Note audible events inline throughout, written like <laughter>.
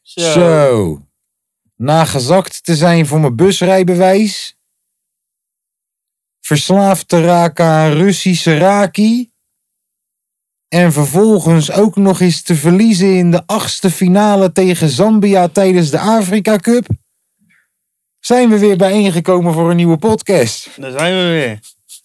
Zo. Zo. Na gezakt te zijn voor mijn busrijbewijs. Verslaafd te raken aan Russische raki. En vervolgens ook nog eens te verliezen in de achtste finale tegen Zambia tijdens de Afrika Cup. Zijn we weer bijeengekomen voor een nieuwe podcast. Daar zijn we weer.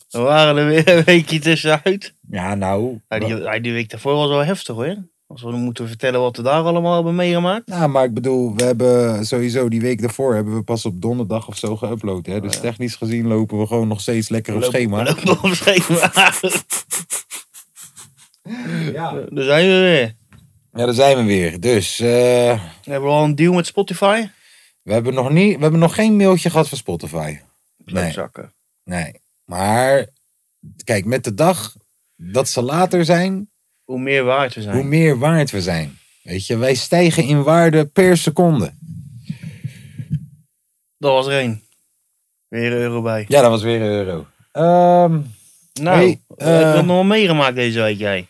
We waren er weer een weekje tussenuit. Ja, nou. Ja, die, ja, die week daarvoor was wel heftig hoor. Als we moeten vertellen wat we daar allemaal hebben meegemaakt. Nou, maar ik bedoel, we hebben sowieso die week daarvoor hebben we pas op donderdag of zo geüpload. Hè? Dus technisch gezien lopen we gewoon nog steeds lekker op <laughs> schema. Lopen Oh, we op schema. Ja. <laughs> Daar zijn we weer. ja, daar zijn we weer. Dus eh, We hebben al een deal met Spotify. we, hebben nog niet, we hebben nog geen mailtje gehad van Spotify. Nee. Zakken. Nee. Maar kijk, met de dag dat ze later zijn, Hoe meer waard we zijn. hoe meer waard we zijn. Weet je, wij stijgen in waarde per seconde. Dat was er één. Weer een euro bij. Ja, dat was weer een euro. Ehm, Nou, Hey, eh, heb je eh, dat nog wel meegemaakt deze week <laughs> jij?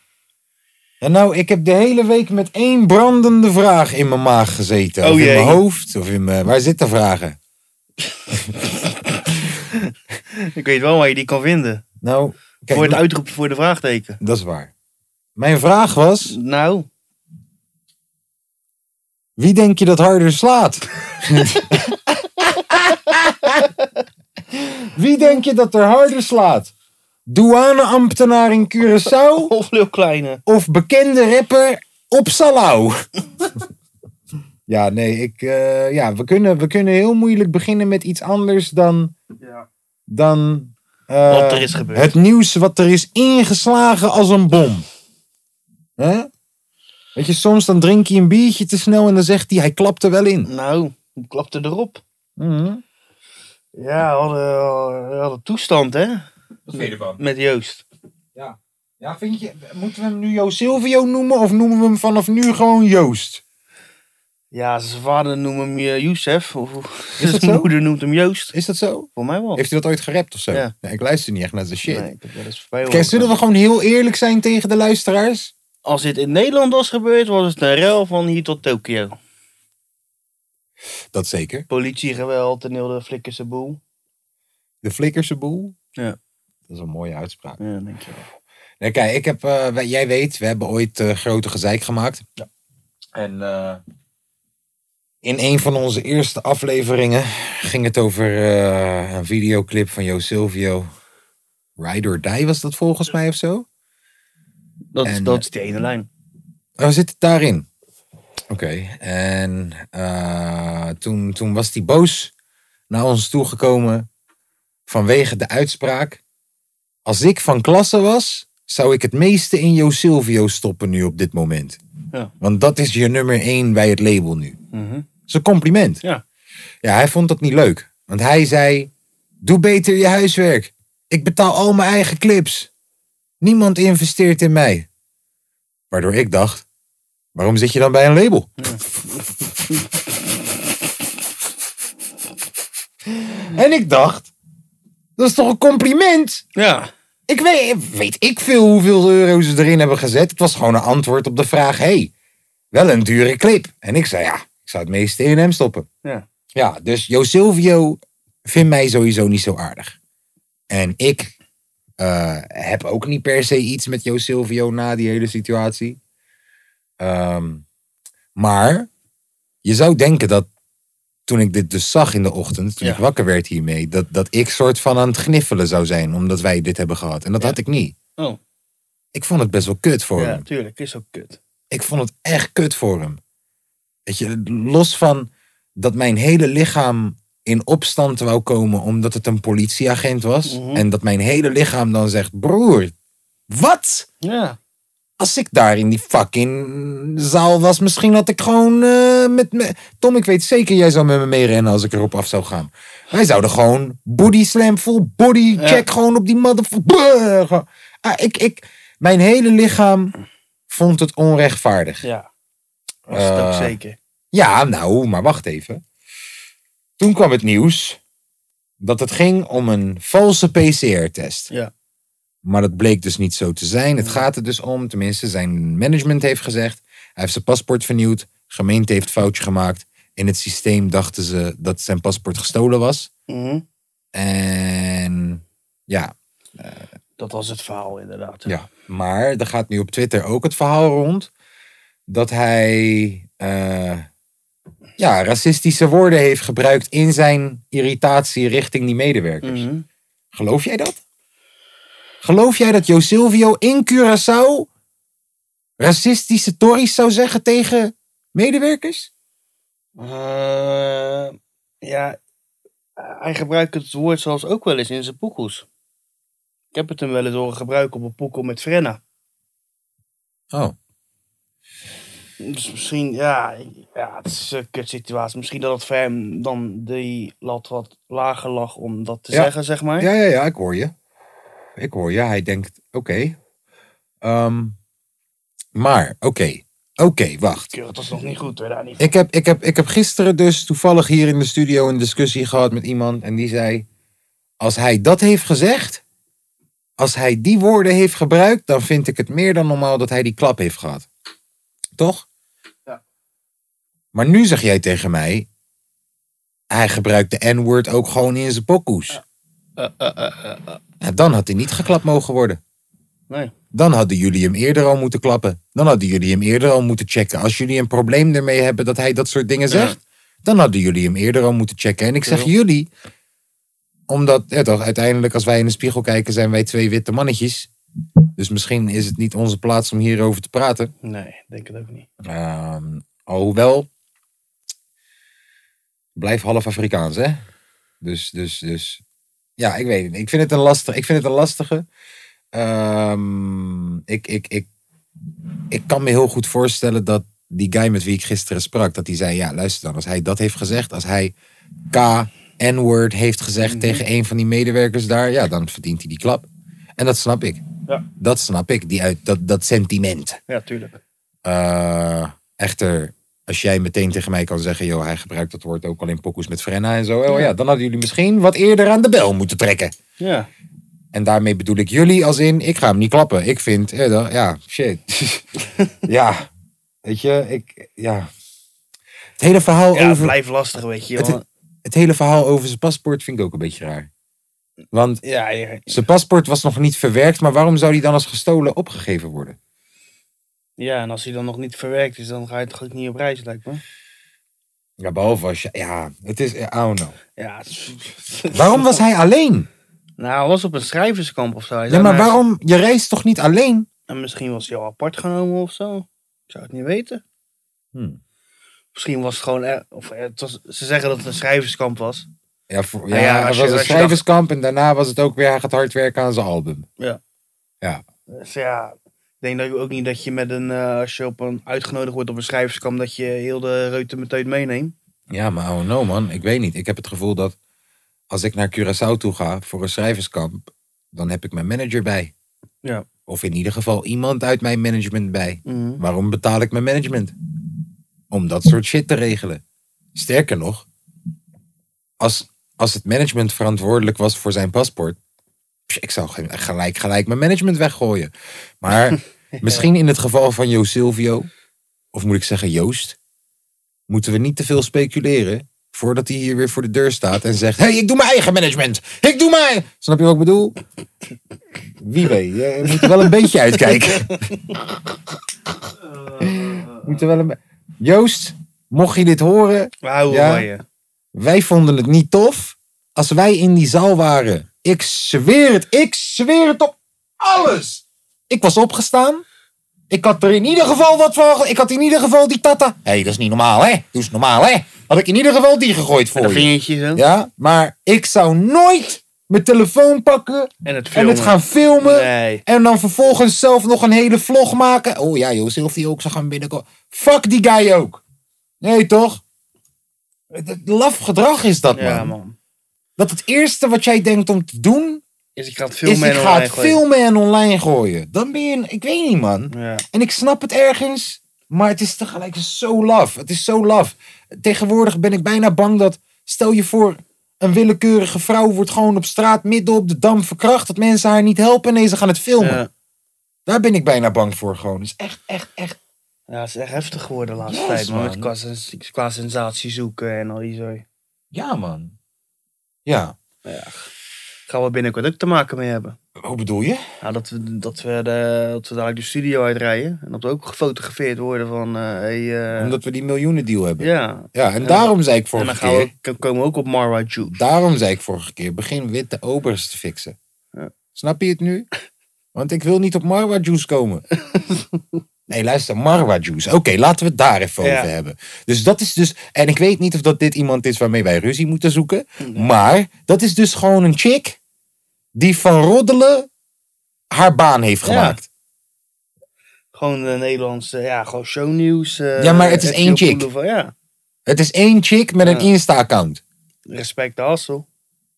En nou, ik heb de hele week met één brandende vraag in mijn maag gezeten. Oh of in jee. mijn hoofd, of in mijn... Waar zitten vragen? Ik weet wel waar je die kan vinden. Nou, kijk, voor het uitroepje voor de vraagteken. dat is waar. Mijn vraag was, Nou, <laughs> wie denk je dat harder slaat? wie denk je dat er harder slaat? Douaneambtenaar in Curaçao of Lil Kleine. of bekende rapper op Salau? ja, nee, ik, eh, ja, we, kunnen, we kunnen heel moeilijk beginnen met iets anders dan... Ja. dan eh, Wat er is gebeurd. Het nieuws wat er is ingeslagen als een bom. Hè? Weet je, soms dan drink je een biertje te snel en dan zegt hij, hij klapt er wel in. Nou, hoe klapte erop? Mhm. Ja, we hadden, we hadden toestand hè, Wat vind je ervan? met Joost. Ja, vind je, moeten we hem nu Joost Silvio noemen of noemen we hem vanaf nu gewoon Joost? Ja, zijn vader noemt hem eh, Youssef. Of, of- Is <laughs> dat zijn zo? moeder noemt hem Joost. Is dat zo? Voor mij wel. Heeft hij dat ooit gerapt of zo? Oh. Ja. Nee, ik luister niet echt naar zijn shit. Nee, ik heb wel eens voorbij Kijk, horen. zullen we gewoon heel eerlijk zijn tegen de luisteraars? Als dit in Nederland was gebeurd, was het een rel van hier tot Tokio. Dat zeker. Politiegeweld en heel de flikkerse boel. De flikkerse boel. Ja. Dat is een mooie uitspraak. Ja, denk je wel. Nee, kijk, ik heb, eh, wij- jij weet, we hebben ooit eh, grote gezeik gemaakt. En eh, in een van onze eerste afleveringen ging het over eh, een videoclip van Jo Silvio. Ride or Die was dat volgens mij of zo? Dat, is- En, dat eh, is die ene lijn. Oh, zit het daarin? Oké, en eh, toen, toen was die boos naar ons toegekomen vanwege de uitspraak. Als ik van klasse was, zou ik het meeste in Jo Silvio stoppen nu op dit moment. Ja. Want dat is je nummer één bij het label nu. Mhm. Dat is een compliment. Ja. Ja, hij vond dat niet leuk. Want hij zei, doe beter je huiswerk. Ik betaal al mijn eigen clips. Niemand investeert in mij. Waardoor ik dacht, waarom zit je dan bij een label? <laughs> en ik dacht, dat is toch een compliment? Ja, Ik weet, weet ik veel hoeveel euro ze erin hebben gezet. Het was gewoon een antwoord op de vraag: hey, wel een dure clip. En ik zei ja, ik zou het meeste in hem stoppen. Ja. ja dus Jo Silvio vindt mij sowieso niet zo aardig. En ik eh, heb ook niet per se iets met Jo Silvio na die hele situatie. Ehm, maar je zou denken dat toen ik dit dus zag in de ochtend, toen Ja. ik wakker werd hiermee, dat, dat ik soort van aan het gniffelen zou zijn omdat wij dit hebben gehad. En dat Ja. had ik niet. Oh. Ik vond het best wel kut voor ja hem. tuurlijk. Is ook kut. Ik vond het echt kut voor hem. Weet je, los van dat mijn hele lichaam in opstand wou komen omdat het een politieagent was. Mhm. En dat mijn hele lichaam dan zegt, broer, wat? Ja. Als ik daar in die fucking zaal was, misschien had ik gewoon eh, met me... Tom, ik weet zeker, jij zou met me meerennen als ik erop af zou gaan. Wij zouden gewoon body slam, full body check, gewoon op die motherfucker. Gewoon- Ah, ik, ik, mijn hele lichaam vond het onrechtvaardig. Ja. Dat is het ook Eh, zeker. Ja, nou, maar wacht even. Toen kwam het nieuws dat het ging om een valse PCR-test. Ja. Maar dat bleek dus niet zo te zijn. Het gaat er dus om, tenminste, zijn management heeft gezegd. Hij heeft zijn paspoort vernieuwd. Gemeente heeft foutje gemaakt. In het systeem dachten ze dat zijn paspoort gestolen was. Mhm. En ja, Dat was het verhaal inderdaad. Ja, maar er gaat nu op Twitter ook het verhaal rond dat hij eh, ja, racistische woorden heeft gebruikt in zijn irritatie richting die medewerkers. Mhm. Geloof jij dat? Geloof jij dat Jo Silvio in Curaçao racistische tories zou zeggen tegen medewerkers? Eh, ja, hij gebruikt het woord zelfs ook wel eens in zijn poekoes. Ik heb het hem wel eens horen gebruiken op een poekel met frenna. Oh. Dus misschien, ja, ja het is een kut situatie. Misschien dat het voor hem dan die lat wat lager lag om dat te Ja. zeggen, zeg maar. Ja, ja, ja, ik hoor je. Ik hoor je. Hij denkt, oké. Ehm, maar, oké. Oké, wacht. Keur, dat is nog niet goed hoor, daar niet. Ik heb, ik, heb, ik heb gisteren dus toevallig hier in de studio een discussie gehad met iemand. En die zei, als hij dat heeft gezegd, als hij die woorden heeft gebruikt, dan vind ik het meer dan normaal dat hij die klap heeft gehad. Toch? Ja. Maar nu zeg jij tegen mij, hij gebruikt de N-word ook gewoon in zijn pokoes. Eh, eh, eh, eh, eh. Nou, dan had hij niet geklapt mogen worden. Nee. Dan hadden jullie hem eerder al moeten klappen. Dan hadden jullie hem eerder al moeten checken. Als jullie een probleem ermee hebben dat hij dat soort dingen Ja. zegt, dan hadden jullie hem eerder al moeten checken. En ik zeg True. jullie, omdat ja, toch, uiteindelijk als wij in de spiegel kijken, zijn wij twee witte mannetjes. Dus misschien is het niet onze plaats om hierover te praten. Nee, denk het ook niet. Ehm, alhoewel, blijf half Afrikaans, hè? Dus, dus, dus. Ja, ik weet het. niet. Ik vind het een lastige. Ik vind het een lastige. Ehm, ik, ik, ik, ik kan me heel goed voorstellen dat die guy met wie ik gisteren sprak, dat hij zei: Ja, luister dan, als hij dat heeft gezegd, als hij K, N-word heeft gezegd Mhm. tegen een van die medewerkers daar, ja, dan verdient hij die klap. En dat snap ik. Ja. Dat snap ik, die uit, dat, dat sentiment. Ja, tuurlijk. Eh, echter, als jij meteen tegen mij kan zeggen, joh, hij gebruikt dat woord ook al in pokoes met Frenna en zo. Oh ja, dan hadden jullie misschien wat eerder aan de bel moeten trekken. Ja, En daarmee bedoel ik jullie als in, ik ga hem niet klappen. Ik vind, eh, dan- ja, <laughs> shit. ja, weet je, ik, ja. Het hele verhaal ja over... blijf lastig, weet je. Het- want- Het hele verhaal over zijn paspoort vind ik ook een beetje raar. Want Ja, ja, zijn paspoort was nog niet verwerkt, maar waarom zou die dan als gestolen opgegeven worden? ja, en als hij dan nog niet verwerkt is, dan ga je toch ook niet op reis, lijkt me. Ja, behalve als je, ja, het is, I don't know. Ja, het is- Waarom <laughs> was hij alleen? Nou, hij was op een schrijverskamp of zo. Hij Ja, zou maar naar- waarom? Je reist toch niet alleen? En misschien was hij al apart genomen of zo. Ik zou het niet weten. Hmm. Misschien was het gewoon... eh, Of eh, het was, ze zeggen dat het een schrijverskamp was. Ja, voor, ja, Nou ja, het als je- was een als je schrijverskamp en daarna was het ook weer, hij gaat hard werken aan zijn album. Dus ja, ik denk dat ook niet dat je met een... eh, als je op een, uitgenodigd wordt op een schrijverskamp... dat je heel de reuten meteen meeneemt. Ja, maar oh no man, ik weet niet. Ik heb het gevoel dat als ik naar Curaçao toe ga voor een schrijverskamp, dan heb ik mijn manager bij. Ja. Of in ieder geval iemand uit mijn management bij. Mhm. Waarom betaal ik mijn management? Om dat soort shit te regelen. Sterker nog, als, als het management verantwoordelijk was voor zijn paspoort, psh, ik zou geen- gelijk, gelijk mijn management weggooien. Maar misschien in het geval van Jo Silvio, of moet ik zeggen Joost, moeten we niet te veel speculeren voordat hij hier weer voor de deur staat en zegt: hey, ik doe mijn eigen management. Ik doe mijn. Snap je wat ik bedoel? Wie weet, je moet wel een beetje uitkijken. Moet er wel een... Joost, mocht je dit horen, We houden Ja. van je. wij vonden het niet tof als wij in die zaal waren. Ik zweer het, ik zweer het op alles. Ik was opgestaan. Ik had er in ieder geval wat van. ge- Ik had in ieder geval die tata. Hé, hey, dat is niet normaal, hè? Doe eens normaal, hè? Had ik in ieder geval die gegooid En een voor je. vingertje zo. Ja, maar ik zou nooit mijn telefoon pakken En het en filmen. het gaan filmen. Nee. En dan vervolgens zelf nog een hele vlog maken. Oh ja, joh, Sylvie ook zou gaan binnenkomen. Fuck die guy ook. Nee, toch? Het- het Laf gedrag is dat, Ja, man. man. Dat het eerste wat jij denkt om te doen, Is ik ga het filmen is en ik ga online het gooien. filmen en online gooien. Dan ben je, een- ik weet niet, man. Ja. En ik snap het ergens, maar het is tegelijk zo laf. Het is zo laf. Tegenwoordig ben ik bijna bang dat, stel je voor, een willekeurige vrouw wordt gewoon op straat midden op de dam verkracht. Dat mensen haar niet helpen. Nee, ze gaan het filmen. Ja. Daar ben ik bijna bang voor gewoon. Dus echt, echt, echt. Ja, het is echt heftig geworden de laatste Yes, tijd, man. man. Met qua, sens- qua sensatie zoeken en al die zo. Ja, man. Ja. Gaan we binnenkort ook te maken mee hebben. Hoe bedoel je? Nou, dat we, dat we, de, dat we dadelijk de studio uitrijden. En dat we ook gefotografeerd worden van... eh, hey, eh, Omdat we die miljoenen deal hebben. Ja, Ja. en daarom zei ik En vorige dan gaan we, keer... ook- dan komen we ook op Marwa Juice. Daarom zei ik vorige keer, begin witte obers te fixen. Ja. Snap je het nu? Want ik wil niet op Marwa Juice <laughs> komen. Nee, luister, Marwa Juice. Oké, laten we het daar even Ja. over hebben. Dus dat is dus... En ik weet niet of dat dit iemand is waarmee wij ruzie moeten zoeken. Maar dat is dus gewoon een chick... die van roddelen haar baan heeft Ja. gemaakt. Gewoon de Nederlandse, ja, gewoon shownieuws. eh, Ja, maar het is RTL één chick. Boulevard. Ja, Het is één chick met een Ja. Insta-account. respect de hassel.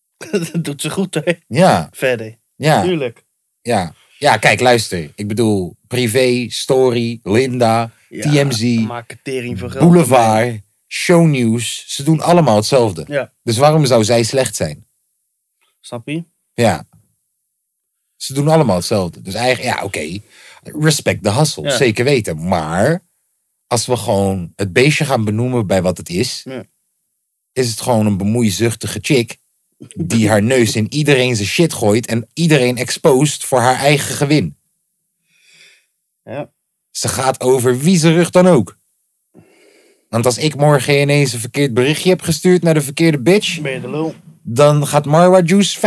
<laughs> dat doet ze goed, hè. Ja, Verder, ja, tuurlijk. ja. Ja, kijk, luister. Ik bedoel, privé, story, Linda, Ja, TMZ, Maak een tering van geld. Boulevard, shownieuws. Ze doen allemaal hetzelfde. Ja. Dus waarom zou zij slecht zijn? Snap je? Ja. Ze doen allemaal hetzelfde. Dus eigenlijk, ja, oké. Respect de hustle, Ja. zeker weten. Maar als we gewoon het beestje gaan benoemen bij wat het is, Ja. is het gewoon een bemoeizuchtige chick die haar neus in iedereen zijn shit gooit en iedereen exposed voor haar eigen gewin. Ja. Ze gaat over wie ze rug dan ook. Want als ik morgen ineens een verkeerd berichtje heb gestuurd naar de verkeerde bitch, Ben je de lul? dan gaat Marwa Juice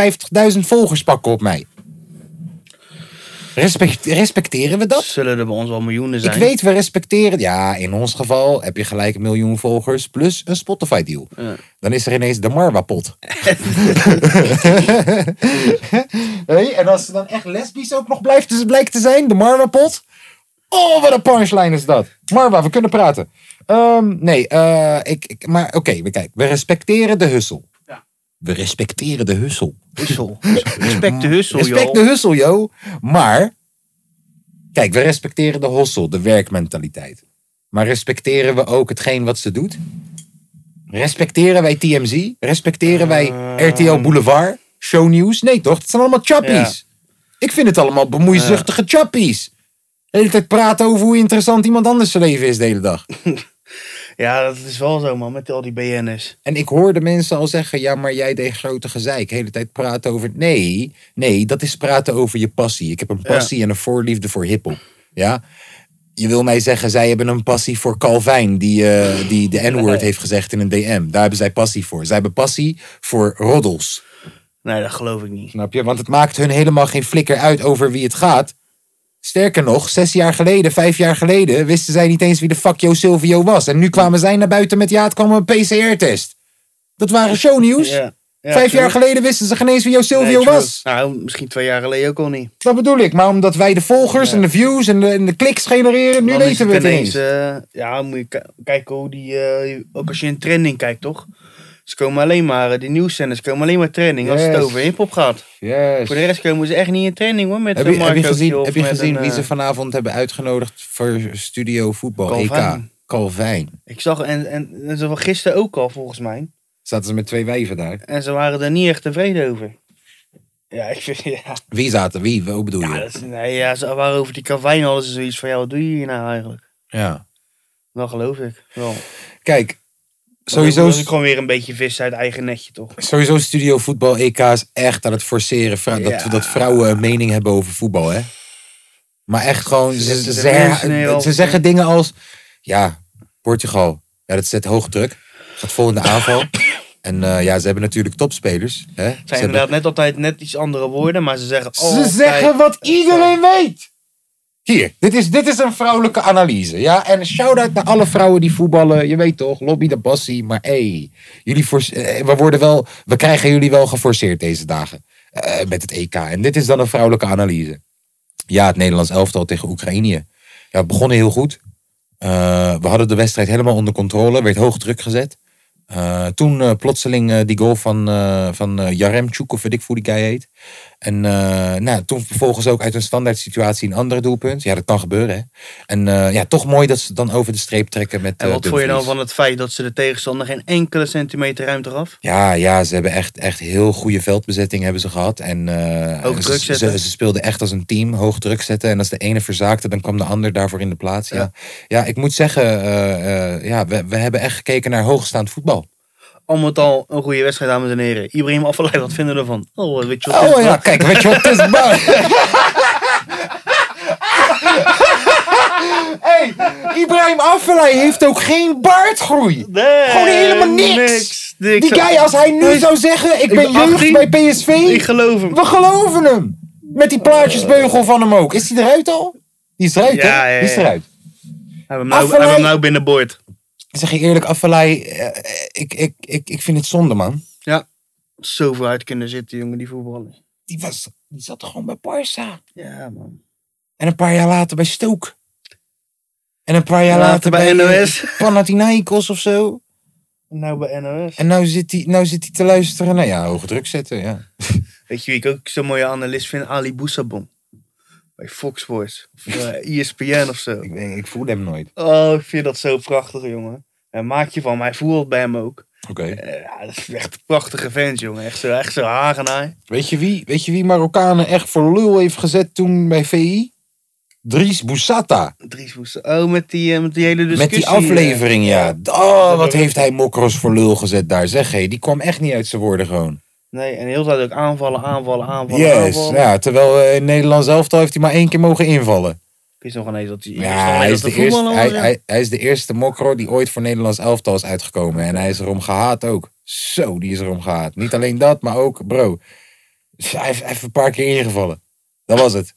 50.000 volgers pakken op mij. Respect- respecteren we dat? Zullen er bij ons wel miljoenen zijn? Ik weet, we respecteren. Ja, in ons geval heb je gelijk een miljoen volgers plus een Spotify deal. Ja. Dan is er ineens de Marwa-pot. <laughs> hey, en als ze dan echt lesbisch ook nog blijft, dus blijkt te zijn, de Marwa-pot. Oh, wat een punchline is dat. Marwa, we kunnen praten. Ehm, nee, eh, ik, ik, maar oké, we kijken. We respecteren de hussel. Ja. We respecteren de hussel. <laughs> Hussel. Respect de hussel, Respect joh. de hussel, yo. Maar, kijk, we respecteren de hossel, de werkmentaliteit. Maar respecteren we ook hetgeen wat ze doet? Respecteren wij TMZ? Respecteren wij Ehm. RTL Boulevard? Shownieuws? Nee toch, dat zijn allemaal chappies. Ik vind het allemaal bemoeizuchtige chappies. De hele tijd praten over hoe interessant iemand anders zijn leven is de hele dag. Ja, dat is wel zo, man. Met al die BN'ers. En ik hoorde mensen al zeggen, ja, maar jij deed grote gezeik. De hele tijd praten over... Nee, nee, dat is praten over je passie. Ik heb een passie en een voorliefde voor hiphop. Ja? Je wil mij zeggen, zij hebben een passie voor Calvijn... die, eh, die de N-word heeft gezegd in een DM. Daar hebben zij passie voor. Zij hebben passie voor roddels. Nee, dat geloof ik niet. Snap je? Want het maakt hun helemaal geen flikker uit over wie het gaat. Sterker nog, zes jaar geleden, vijf jaar geleden... wisten zij niet eens wie de fuck Yo Silvio was. En nu kwamen zij naar buiten met... ja, het kwam een PCR-test. Dat waren shownieuws. Ja. Ja, Vijf true. jaar geleden wisten ze geen eens wie jouw Silvio Nee, true. was. Nou, misschien twee jaar geleden ook al niet. Dat bedoel ik. Maar omdat wij de volgers Ja. en de views en de, en de kliks genereren, nu Dan is weten we het eens. eh, ja, moet je ki- kijken hoe die... eh, ook als je in trending kijkt, toch? Ze komen alleen maar... eh, die nieuwszenders komen alleen maar trending als het Yes. over hiphop gaat. Yes. eh, Voor de rest komen ze echt niet in trending, hoor. Met Heb een je, heb je Marcootje gezien, of heb je met gezien een, wie eh, ze vanavond hebben uitgenodigd voor Studio Voetbal EK? Calvijn. Calvijn. Ik zag... En, en, en ze van gisteren ook al, volgens mij. Zaten ze met twee wijven daar? En ze waren er niet echt tevreden over. Ja, ik vind... Ja, Wie zaten? Wie? Hoe bedoel ja, je? dat is- nee, ja ze waren over die kavijn alles en zoiets van... Ja, wat doe je hier nou eigenlijk? Ja. Dat geloof ik wel. Kijk, Dat sowieso, is ook gewoon weer een beetje vis uit eigen netje, toch? sowieso Studio Voetbal EK is echt aan het forceren. vrou- dat, Ja. dat vrouwen een mening hebben over voetbal, hè? Maar echt gewoon, ze, zetten ze, de ze- mensen neer ze als- zeggen dingen als... Ja, Portugal, ja, dat zet hoog druk. Gaat vol in de <coughs> aanval. En eh, ja, ze hebben natuurlijk topspelers. Hè? Ze, Het zijn hebben- inderdaad net altijd net iets andere woorden, maar ze zeggen... ze altijd- zeggen wat iedereen weet. Hier, dit is, dit is een vrouwelijke analyse. Ja? En een shout-out naar alle vrouwen die voetballen. Je weet toch, lobby de bassie. Maar hé, hey, jullie force- eh, we, worden wel- we krijgen jullie wel geforceerd deze dagen. eh, met het EK. En dit is dan een vrouwelijke analyse. Ja, het Nederlands elftal tegen Oekraïne. Ja, we begonnen heel goed. Eh, we hadden de wedstrijd helemaal onder controle. Werd hoog druk gezet. Eh, toen eh, plotseling eh, die goal van, eh van eh Jaremchuk, of weet ik hoe die guy heet. En eh, nou, toen vervolgens ook uit een standaard situatie een ander doelpunt. Ja, dat kan gebeuren, hè. En eh, ja, toch mooi dat ze het dan over de streep trekken met En eh, wat vond je nou Dumfries. van het feit dat ze de tegenstander geen enkele centimeter ruimte gaf? Ja, ja, ze hebben echt, echt heel goede veldbezetting hebben ze gehad. En, eh, Hoog ze- druk ze, zetten. ze, speelden echt als een team, hoog druk zetten. En als de ene verzaakte, dan kwam de ander daarvoor in de plaats. Ja, ja. Ja. ik moet zeggen, eh, eh, ja, we, we hebben echt gekeken naar hoogstaand voetbal. Al met al een goede wedstrijd, dames en heren. Ibrahim Afellay, wat vinden we ervan? Oh, weet je wat? Oh ja, kijk, weet je wat het is? <laughs> man? hey, Ibrahim Afellay heeft ook geen baardgroei. Nee, Gewoon helemaal niks. niks, niks. Die guy, als hij nu Nee. zou zeggen, ik ben ben jeugd 18. bij PSV. Ik geloof hem. We geloven hem. Met die plaatjesbeugel van hem ook. Is die eruit al? Die is eruit, Ja, hè? ja, ja. Die is eruit. Hij hebben hem nou, Afellay- hebben hem nou binnenboord. Ik zeg je eerlijk, Affalay, eh, eh, ik, ik, ik, ik vind het zonde, man. Zoveel uit kunnen zitten, jongen, die voetballer. Die, was, die zat toch gewoon bij Barça. Ja, man. En een paar jaar later bij Stoke. En een paar jaar Later later, bij eh, NOS. <laughs> Panathinaikos of zo. Nou, bij NOS. En nou zit hij nou zit hij te luisteren. Nou ja, hoge druk zetten, ja. Weet je wie ik ook zo'n mooie analist vind? Ali Boussabon. Bij Fox Sports. Of eh, ESPN of zo. Ik, ik voelde hem nooit. Oh, ik vind dat zo prachtig, jongen. En maak je van mij voelt bij hem ook. Oké. Eh, ja, dat is echt een prachtige vent, jongen. Echt zo, echt zo hagenaai. Weet je wie, weet je wie Marokkanen echt voor lul heeft gezet toen bij VI? Dries Boussata. Dries Woest. Oh, met die, eh, met die hele Met discussie. die aflevering, ja. Oh, wat heeft hij mokros voor lul gezet daar. Zeg, hé, die kwam echt niet uit zijn woorden gewoon. eh. Nee, en heel de tijd ook aanvallen, aanvallen, aanvallen, Yes, aanvallen. ja. Terwijl eh, in Nederland zelf heeft hij maar één keer mogen invallen. Ik wist nog ineens dat hij... ik wist nog Ja, ineens hij dat is, de eerste, voetballer was, hij, ja. hij, hij is de eerste mokro die ooit voor Nederlands elftal is uitgekomen. En hij is erom gehaat ook. Zo, die is erom gehaat. Niet alleen dat, maar ook, bro. Hij heeft even een paar keer ingevallen. Dat was het.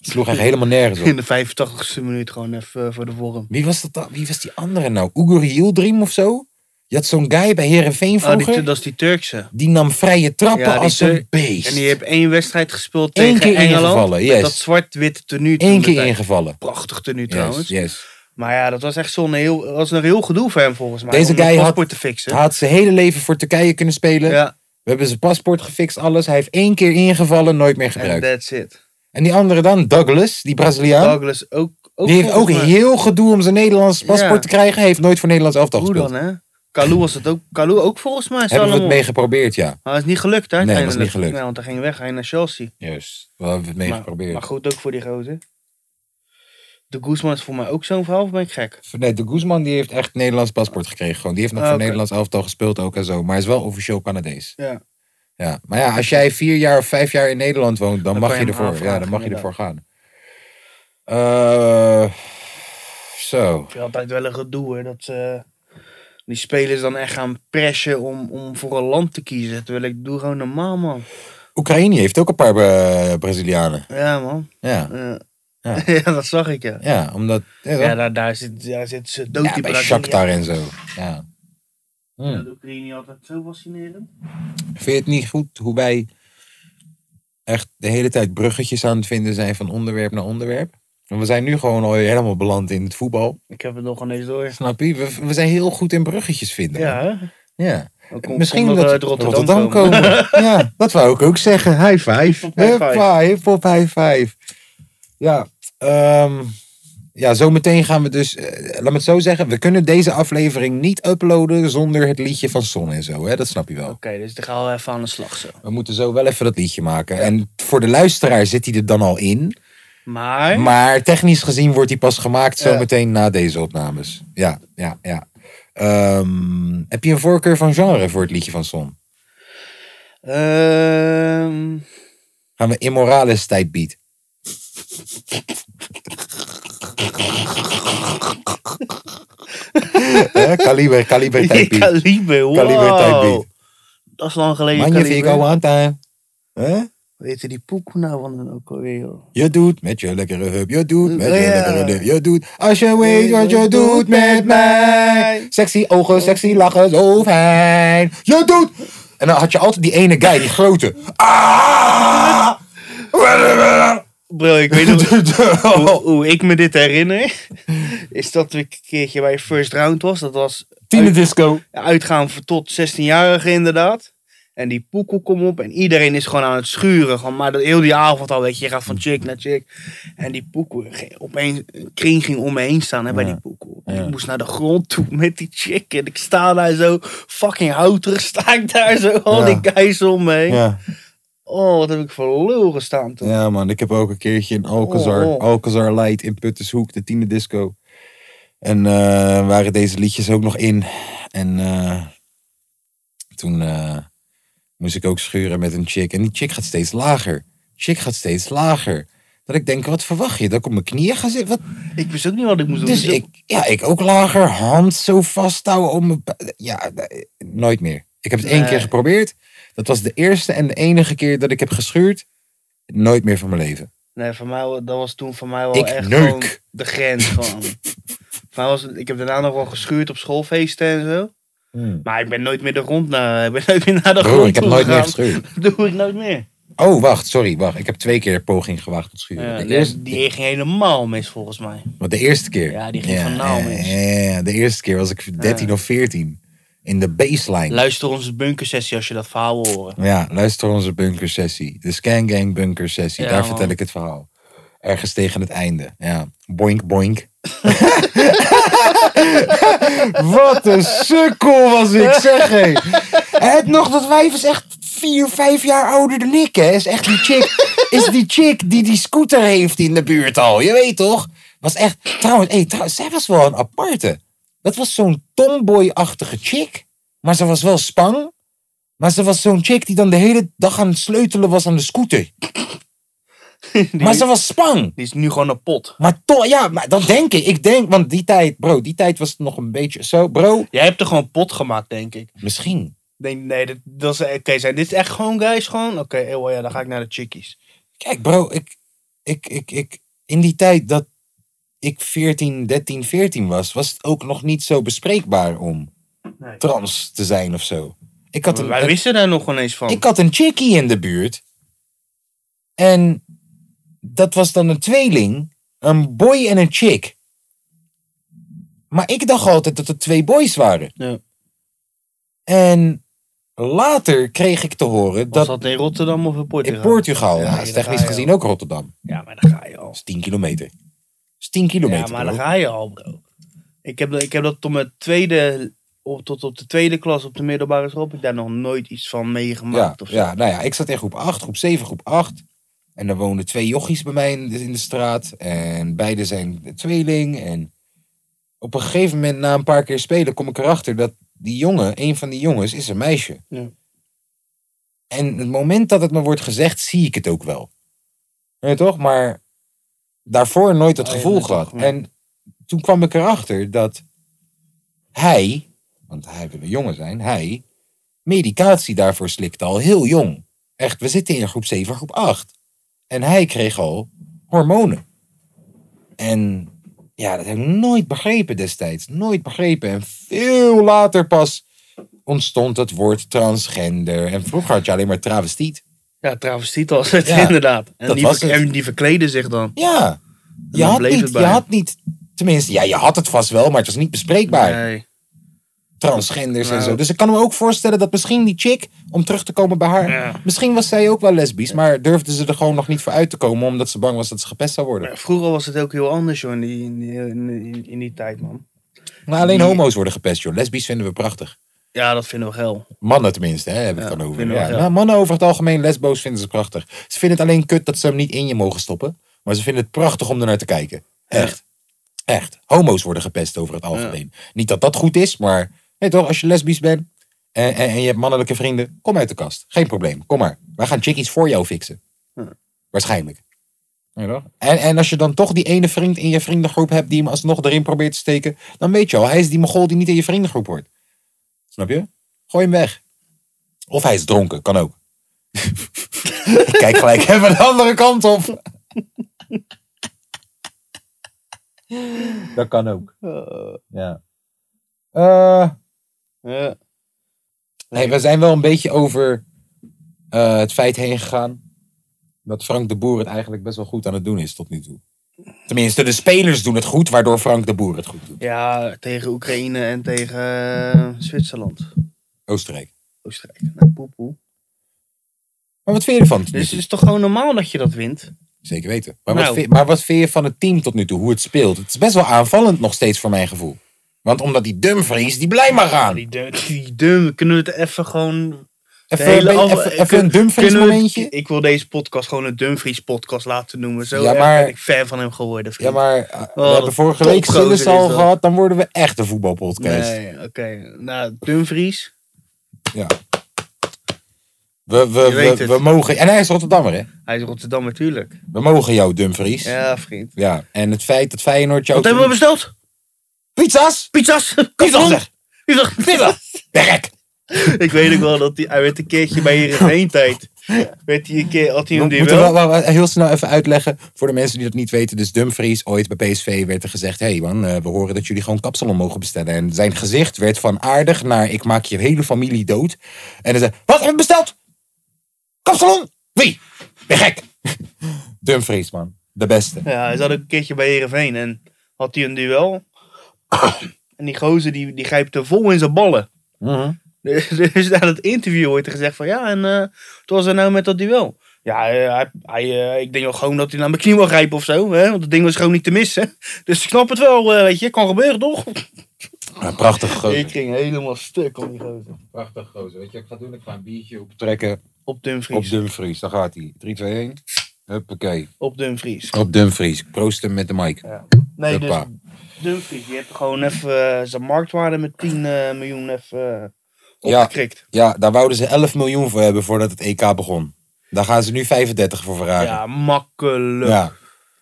Sloeg echt helemaal nergens <laughs> op. In de 85ste minuut gewoon even eh, voor de vorm. Wie was, dat dan? Wie was die andere nou? Ugur Yildirim of zo? Je had zo'n guy bij Herenveen Oh, vroeger. die, dat is die Turkse. Die nam vrije trappen Ja, die als een Tur- beest. En die heeft één wedstrijd gespeeld Eén tegen keer Engeland. ingevallen, yes. Met dat zwart-witte tenue. toen Eén de keer tijd. ingevallen. Prachtig tenue Yes, trouwens. yes. Maar ja, dat was echt zo'n heel, dat was een heel gedoe voor hem volgens mij. Deze om dat guy had- paspoort te fixen. Hij had zijn hele leven voor Turkije kunnen spelen. ja, We hebben zijn paspoort gefixt, alles. Hij heeft één keer ingevallen, nooit meer en gebruikt. that's it. En die andere dan, Douglas, die Braziliaan. Douglas ook. ook die heeft ook volgens mij- heel gedoe om zijn Nederlands paspoort Ja. te krijgen. Hij heeft nooit voor Nederlands elftal Hoe gespeeld. dan, hè? Kalou was het ook. Kalou ook volgens mij. Hebben we het Salomon. mee geprobeerd, ja. Maar het is niet gelukt, hè? Nee, het was uiteindelijk. niet gelukt. Nee, want hij ging weg, hij naar Chelsea. Juist, we hebben het mee Maar, geprobeerd. maar goed, ook voor die gozer. De Guzman is voor mij ook zo'n verhaal, of ben ik gek? Nee, de Guzman die heeft echt Nederlands paspoort gekregen. Gewoon. Die heeft nog Ah, voor oké. Nederlands elftal gespeeld ook en zo. Maar hij is wel officieel Canadees. Ja. Ja, maar ja, als jij vier jaar of vijf jaar in Nederland woont, dan, Dan mag kan je, je hem ervoor. aanvragen, Ja, dan mag je ervoor gaan. Eh, zo. Ik vind altijd wel een gedoe hoor, dat eh, die spelers dan echt gaan pressen om, om voor een land te kiezen. Terwijl ik doe gewoon normaal man. Oekraïne heeft ook een paar eh, Brazilianen. Ja man. Ja, Ja. Ja. <laughs> Ja. dat zag ik ja. ja omdat. Ja, Ja, daar, daar, zit, daar zit ze dood ja, die bij Braziliaan. Shakhtar en zo. Ja. Ja, Hm. de Oekraïne altijd zo fascinerend. Vind je het niet goed hoe wij echt de hele tijd bruggetjes aan het vinden zijn van onderwerp naar onderwerp? Want we zijn nu gewoon al helemaal beland in het voetbal. Ik heb het nog ineens door. Snap je? We, we zijn heel goed in bruggetjes vinden. Ja, hè? ja. Ook om- Misschien omdat dat we we uit eh, Rotterdam, komen. <laughs> ja, dat wou ik ook zeggen. High five. High five. Huppa, hip hop high five. Ja, ehm, ja, zometeen gaan we dus, eh, laat me het zo zeggen, we kunnen deze aflevering niet uploaden zonder het liedje van Son en zo. Hè? Dat snap je wel. Oké, dus dan gaan we even aan de slag zo. We moeten zo wel even dat liedje maken. En voor de luisteraar zit hij er dan al in. Maar, Maar technisch gezien wordt die pas gemaakt Ja. zometeen na deze opnames. Ja, ja, ja. Ehm, heb je een voorkeur van genre voor het liedje van Son? ehm, Gaan we immorales tijd <laughs> beat. Hè, Kaliber, kaliber tijd beat. <laughs> Kaliber, wow. Kaliber type beat. Dat is lang geleden. Man, je vind ik Kaliber. al aan time. Hè? Weet je die poek nou van dan ook alweer, joh? Je doet met je lekkere hub, je doet met je Oh, ja. lekkere lip, je doet. Als je weet wat je doet met mij. Sexy ogen, sexy lachen, zo fijn. Je doet. En dan had je altijd die ene guy, die grote. Ah! Bro, ik weet <laughs> nog hoe, hoe ik me dit herinner. <laughs> Is dat ik een keertje bij First Round was. Dat was Tiene disco. uitgaan voor tot 16-jarigen inderdaad. En die poekoe komt op en iedereen is gewoon aan het schuren. Gewoon, maar dat, heel die avond al, weet je, je gaat van chick naar chick. En die poekoe, ge- opeens een kring ging om me heen staan hè, bij Ja. die poekoe. En Ja. Ik moest naar de grond toe met die chick. En ik sta daar zo, fucking houterig, sta ik daar zo, al Ja. die guys om me heen. Ja. Oh, wat heb ik voor lul gestaan toen. ja, man. Ik heb ook een keertje in Alcazar, Oh, oh. Alcazar Light in Puttenshoek, de tiende disco. En eh, waren deze liedjes ook nog in. En eh, toen eh, moest ik ook schuren met een chick. En die chick gaat steeds lager. Chick gaat steeds lager. Dat ik denk, wat verwacht je? Dat ik op mijn knieën ga zitten? Wat, Ik wist ook niet wat ik moest doen. Dus ik, ja, ik ook lager, hand zo vasthouden om mijn... bu- Ja, eh, nooit meer. Ik heb het één Nee. keer geprobeerd. Dat was de eerste en de enige keer dat ik heb geschuurd. Nooit meer van mijn leven. Nee, voor mij, wa- dat was toen voor mij wel Ik echt neuk. gewoon de grens. Gewoon. voor mij was, het- ik heb daarna nog wel geschuurd op schoolfeesten en zo. Maar ik ben nooit meer de grond naar, ik ben nooit meer naar de Broer, grond ik heb toe nooit meer gegaan. geschuurd. Dat doe ik nooit meer. Oh, wacht, sorry, wacht. Ik heb twee keer poging gewaagd tot schuren. Ja, de die, eerste, die ging helemaal mis volgens mij. want de eerste keer. Ja, die ging van nauw ja, mis. Ja, ja, de eerste keer was ik 13 of 14. In de baseline. Luister onze bunkersessie als je dat verhaal wil horen. Ja, luister onze bunkersessie. De Scan Gang bunkersessie. Ja, Daar man. vertel ik het verhaal. Ergens tegen het einde. Ja. <laughs> Boink, boink. Wat een sukkel was ik, zeg <laughs> hé. Het nog, dat wijf is echt vier, vijf jaar ouder dan ik, hè. Is echt die chick, is die chick die die scooter heeft in de buurt al. Je weet toch? Was echt, trouwens, hé, trouwens, zij was wel een aparte. Dat was zo'n tomboy-achtige chick. Maar ze was wel spang. Maar ze was zo'n chick die dan de hele dag aan het sleutelen was aan de scooter. Die, <laughs> Maar ze was spang. die is nu gewoon een pot. Maar toch, ja, maar dat denk ik. Ik denk, want die tijd, bro, die tijd was het nog een beetje zo. Bro, Jij hebt er gewoon pot gemaakt, denk ik. misschien. Ik Denk, nee, dat, dat is oké. zijn dit echt gewoon guys? Gewoon? Oké, eh, wel, ja, dan ga ik naar de chickies. Kijk, bro, ik, ik, ik, ik, in die tijd dat ik 14, 13, 14 was, was het ook nog niet zo bespreekbaar om Nee. trans te zijn of zo. Ik had een, Wij een- wisten daar nog gewoon eens van. ik had een chickie in de buurt. En dat was dan een tweeling. Een boy en een chick. Maar ik dacht altijd dat het twee boys waren. Ja. En later kreeg ik te horen Was dat, dat in Rotterdam of in Portugal? in Portugal, Ja, ja, ja, is daar technisch ga je gezien ook Rotterdam. Ja, maar dan ga je al. Dat is 10 kilometer. Dat is 10 kilometer. Ja, maar dan bro. ga je al, bro. Ik heb, dat- ik heb dat tot mijn tweede, op, tot op de tweede klas op de middelbare school, heb ik daar nog nooit iets van ja, meegemaakt. of zo. ja, nou ja, ik zat in groep 8, groep 7, groep 8. En daar woonden twee jochies bij mij in de, in de straat. En beide zijn tweeling. En op een gegeven moment, na een paar keer spelen, kom ik erachter dat die jongen, een van die jongens, is een meisje. Ja. En het moment dat het me wordt gezegd, zie ik het ook wel. Weet je toch? Maar daarvoor nooit het Oh, je gevoel bent gehad. toch- ja. En toen kwam ik erachter dat hij, want hij wil een jongen zijn, hij medicatie daarvoor slikte al heel jong. Echt, we zitten in groep 7, groep 8. En hij kreeg al hormonen. En ja, dat heb ik nooit begrepen destijds. Nooit begrepen. En veel later pas ontstond het woord transgender. En vroeger had je alleen maar travestiet. ja travestiet was het Ja, inderdaad. En dat die, was verk- het. en die verkleden zich dan. Ja, je dan had, bleef niet, het je bij. had niet... Tenminste, ja, je had het vast wel, maar het was niet bespreekbaar. Nee. transgenders en Nou. zo. Dus ik kan me ook voorstellen dat misschien die chick, om terug te komen bij haar, Ja. misschien was zij ook wel lesbisch, maar durfde ze er gewoon nog niet voor uit te komen omdat ze bang was dat ze gepest zou worden. Maar Vroeger was het ook heel anders, joh, in die, in die, in- in die tijd, man. Maar alleen Nee. homo's worden gepest, joh. Lesbisch vinden we prachtig. Ja, dat vinden we <gasps> geil. Mannen tenminste, hè, hebben we het Ja, dan over. vinden we Ja, wel. maar mannen over het algemeen, lesbo's vinden ze prachtig. Ze vinden het alleen kut dat ze hem niet in je mogen stoppen, maar ze vinden het prachtig om er naar te kijken. Echt. Echt. Homo's worden gepest over het algemeen. Niet dat dat goed is, maar weet toch, als je lesbisch bent en, en, en je hebt mannelijke vrienden, kom uit de kast. Geen probleem, kom maar. Wij gaan chickies voor jou fixen. Ja. Waarschijnlijk. Weet je wel? En, en als je dan toch die ene vriend in je vriendengroep hebt die hem alsnog erin probeert te steken, dan weet je al, hij is die mogol die niet in je vriendengroep hoort. Snap je? Gooi hem weg. Of hij is dronken, kan ook. <laughs> Ik kijk gelijk even de andere kant op. Dat kan ook, ja. Eh, Ja. nee, we zijn wel een beetje over eh, het feit heen gegaan dat Frank de Boer het eigenlijk best wel goed aan het doen is tot nu toe. Tenminste, de spelers doen het goed, waardoor Frank de Boer het goed doet. ja, tegen Oekraïne en tegen eh, Zwitserland. Oostenrijk. Oostenrijk. Nou, poepoe. Maar wat vind je ervan? Dus het is toch gewoon normaal dat je dat wint? Zeker weten. Maar, Nou. wat vind, maar wat vind je van het team tot nu toe? Hoe het speelt? Het is best wel aanvallend nog steeds voor mijn gevoel. Want omdat die Dumfries, die blij maar gaan. Die, dun- die dun, kunnen we het even gewoon... de Even, hele een beetje- af- even, even een kun- Dumfries kunnen we het- momentje. Ik wil deze podcast gewoon een Dumfries podcast laten noemen. Zo Ja, erg maar- ben ik fan van hem geworden, Ja, vriend. maar eh, we wat hebben vorige week topgozer Sillis al is dat. gehad. Dan worden we echt een voetbalpodcast. Nee, oké. Nou, Dumfries. We, we, Je weet we, het. we mogen... En hij is Rotterdammer, hè? Hij is Rotterdam natuurlijk. We mogen jou, Dumfries. Ja. Ja, vriend. En het feit dat Feyenoord jou... Wat hebben we besteld? Pizza's! Pizza's! Pizza's, Pizza's! <laughs> zeg! Werk! Ik weet ook wel dat hij, hij werd een keertje bij Heerenveen tijd. Werd hij een keer, had hij We een moeten duel. wel, wel- wel heel snel even uitleggen voor de mensen die dat niet weten. Dus Dumfries, ooit bij PSV werd er gezegd... hey man, eh, we horen dat jullie gewoon kapsalon mogen bestellen. En zijn gezicht werd van aardig naar... ik maak je hele familie dood. En hij zei, wat heb je besteld? Kapsalon? Wie? Ben je gek? <laughs> Dumfries, man. De beste. Ja, hij zat ook een keertje bij Heerenveen en had hij een <coughs> duel. En die gozer die, die grijpt er vol in zijn ballen. Mhm. <laughs> Dus, dus na dat interview wordt er gezegd van ja, en eh, wat was er nou met dat duel? Ja, eh, hij, hij, eh, ik denk wel gewoon dat hij naar mijn knie wil grijpen of zo. Hè? Want het ding was gewoon niet te missen. <laughs> Dus ik snap het wel, eh, weet je. Kan gebeuren, toch? Oh, Ja, prachtig gozer. Ik ging helemaal stuk om die gozer. Prachtig gozer. Weet je wat ik ga doen? Ik ga een biertje optrekken Op Dumfries. Op, op Dumfries. Daar gaat hij. 3, 2, 1. Huppakee. Dumfries. Op Dumfries. Ik Proost hem met de mic. Nee, dus Huppa. Dumfries, die heeft gewoon even eh, zijn marktwaarde met 10 eh, miljoen even eh, Ja. opgekrikt. Ja, daar wouden ze 11 miljoen voor hebben voordat het EK begon. Daar gaan ze nu 35 voor Ja, vragen. makkelijk. Ja,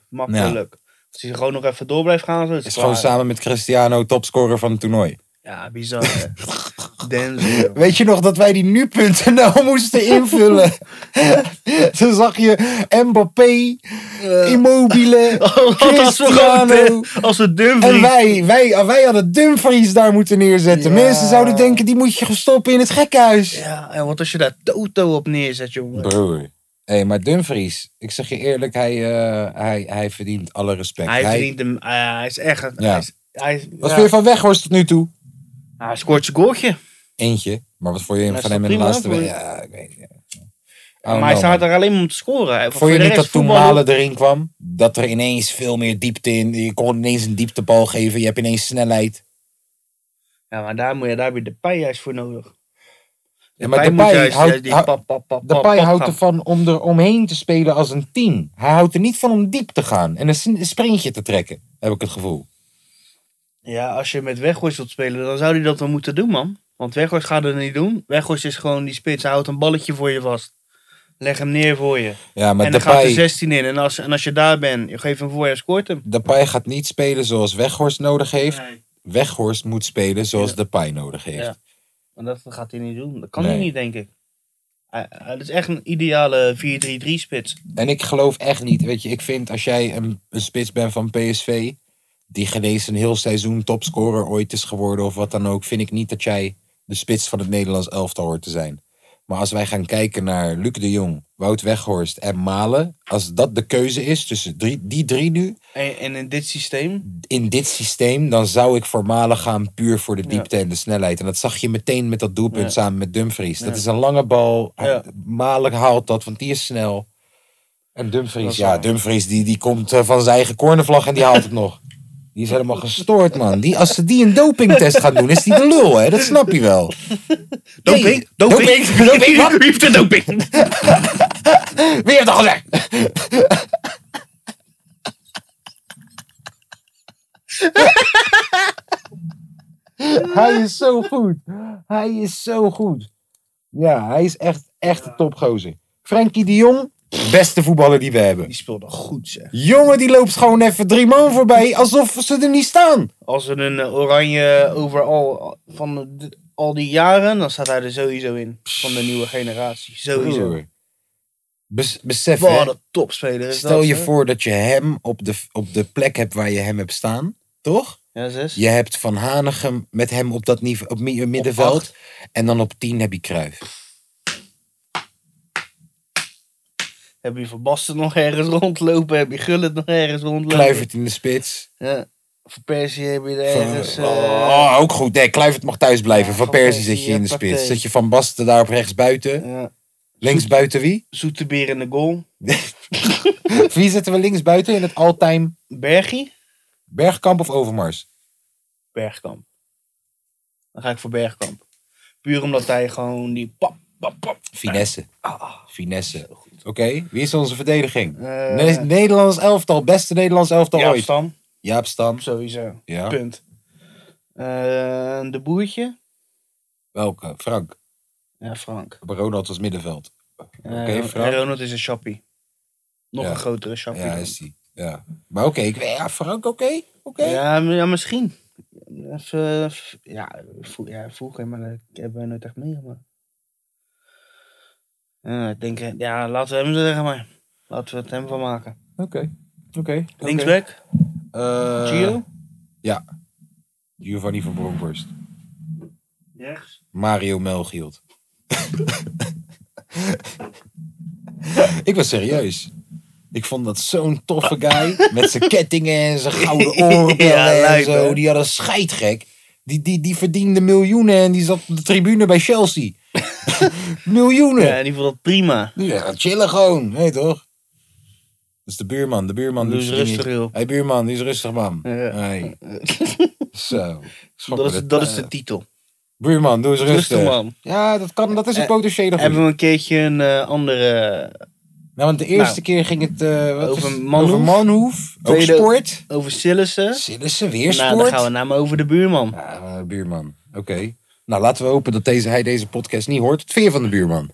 Makkelijk. Als hij gewoon nog even door blijft gaan, zo is het het is gewoon klaar. samen met Cristiano topscorer van het toernooi. Ja, bizar. <laughs> hè. Denzel. Weet je nog dat wij die nu.nl <laughs> moesten <laughs> invullen? Toen zag je Mbappé, Eh. <laughs> Immobile, Oh, als, we gewoon Cristiano. de- als we Dumfries... En wij, wij, ah, wij hadden Dumfries daar moeten neerzetten. Ja. Mensen zouden denken, die moet je gaan stoppen in het gekkenhuis. Ja, en wat als je daar Toto op neerzet, jongen. Broer. Hé, maar Dumfries, ik zeg je eerlijk, hij, eh, hij, hij verdient alle respect. Hij Hij- verdient hem... eh, hij is echt... een- Ja. Hij, is, hij, is- Wat ja. vind je Oh, van Weghorst tot nu toe? Hij scoort zijn goaltje. Eentje. Maar wat vond je is van toch hem in de prima, laatste voor- week? Ja, ik weet het. maar hij staat er... er alleen maar om te scoren. Voor, nou, Vond je de niet rest dat toen voetballen- Malen erin kwam? Dat er ineens veel meer diepte in... Je kon ineens een dieptebal geven. Je hebt ineens snelheid. Ja, maar daar, moet je, daar heb je de pij juist voor nodig. Ja, maar Depay Depay moet juist- houdt- juist die hou- pap, pap, pap, De pap, Pai pap houdt gaan. ervan om er omheen te spelen als een team. Hij houdt er niet van om diep te gaan. En een s- een sprintje te trekken, heb ik het gevoel. Ja, als je met Weghorst wilt spelen, dan zou hij dat wel moeten doen, man. Want Weghorst gaat het niet doen. Weghorst is gewoon die spits. Hij houdt een balletje voor je vast. Leg hem neer voor je. Ja, maar en dan gaat de Depay, 16 in. En als, en als je daar bent, je geeft hem voor je scoort hem. Depay gaat niet spelen zoals Weghorst nodig heeft. Weghorst moet spelen zoals Ja. Depay nodig heeft. Ja. En dat gaat hij niet doen. Dat kan Nee. hij niet, denk ik. Hij, hij is echt een ideale 4-3-3 spits. En ik geloof echt niet. Weet je, ik vind als jij een, een spits bent van PSV. die genees een heel seizoen topscorer ooit is geworden. of wat dan ook. vind ik niet dat jij de spits van het Nederlands elftal hoort te zijn. Maar als wij gaan kijken naar Luc de Jong, Wout Weghorst en Malen. als dat de keuze is tussen drie, die drie nu. En, en in dit systeem, in dit systeem. dan zou ik voor Malen gaan puur voor de Ja. diepte en de snelheid. En dat zag je meteen met dat doelpunt Ja. samen met Dumfries. Dat Ja. is een lange bal. Ja. Malen haalt dat, want die is snel. En Dat Dumfries, is ja, waar. Dumfries die, die komt eh, van zijn eigen cornervlag en die <laughs> haalt het nog. Die is helemaal gestoord, man. <laughs> Die, als ze die een dopingtest gaan doen, is die de lul, hè? Dat snap je wel. Doping? Nee, Doping? Doping? <laughs> Doping? Wat? Wie heeft de doping? Wie heeft dat gezegd? hij is zo goed. Hij is zo goed. Ja, hij is echt, echt een topgozer. Frenkie de Jong, beste voetballer die we hebben. Die speelde goed, zeg. Jongen, die loopt gewoon even drie man voorbij, alsof ze er niet staan. Als er een eh, oranje overal van de- al die jaren, dan staat hij er sowieso in. Van de nieuwe generatie. Sowieso. Broer. Bes- besef, hè. Wat een topspeler is stel dat, je hè? voor dat je hem op de, op de plek hebt waar je hem hebt staan, toch? Ja, zes. Je hebt Van Hanegem met hem op dat niveau, op mi- Op middenveld. acht. en dan op 10 heb je Kruif. Heb je Van Basten nog ergens rondlopen? Heb je Gullit nog ergens rondlopen? Kluivert in de spits. Ja. Van Persie heb je er Van- ergens... eh, oh, ook goed. Nee, Kluivert mag thuis blijven. ja, van Van Persie Persie, zet je in de ja, partij. spits. Zet je Van Basten daar op rechts buiten. ja. Links buiten wie? <laughs> Zoetebeer in de goal. Wie zetten we links buiten in het all-time? Bergie? Bergkamp of Overmars? Bergkamp. Dan ga ik voor Bergkamp. Puur omdat hij gewoon die pap, pap, pap. Finesse. Ah, Finesse. heel goed. Oké, wie is onze verdediging? Eh, Ne- Nederlands elftal, beste Nederlands elftal Jaap ooit. Stam, Jaap Stam. sowieso. Ja. Punt. Eh, de boertje? Welke? Frank. Ja, Frank. Ronald als middenveld. Eh, Oké, Frank. en Ronald is een chappie. Nog Ja. een grotere chappie. Ja, dan. is die. Ja. Maar oké, ik weet- ja, Frank, oké. oké. Ja, m- ja, misschien. Even, f- ja, vro- ja, vroeger, maar dat hebben we nooit echt meegemaakt. Ja, ik denk, eh, ja, laten we hem zeggen maar. Laten we het hem van maken. Oké. Oké. Linksback, Eh, Gio. Giovanni van Bronckhorst. Rechts. Mario Melchield. <laughs> ik was serieus. Ik vond dat zo'n toffe guy. Met zijn kettingen en zijn gouden <laughs> oorbellen Ja, en lijp, zo. hè? Die had een scheidgek. Die, die, die verdiende miljoenen en die zat op de tribune bij Chelsea. <laughs> miljoenen. Ja, in ieder geval dat prima. Ja, chillen gewoon. Hé, toch? Dat is de buurman. De buurman Doe doet eens zijn ding. rustig, joh. <laughs> Hé, buurman. Die is rustig, man. Ja. Hey. Zo. <laughs> Schok Dat me is, de dat is de tanden. titel. Buurman, doe eens eh, rustig. Rustig <laughs> man. Ja, dat kan. Dat is een Eh, potentiële goeie. Hebben we een keertje een eh, andere Nou, want de eerste keer ging het eh, wat Over is het? Manhoef. over Manhoef. Ook Tweede- sport. over Sillissen? Sillissen, weer Nou, sport. dan gaan we naar me over de buurman. Ja, maar buurman. Oké. Nou, laten we hopen dat deze, hij deze podcast niet hoort. Het veer van de buurman.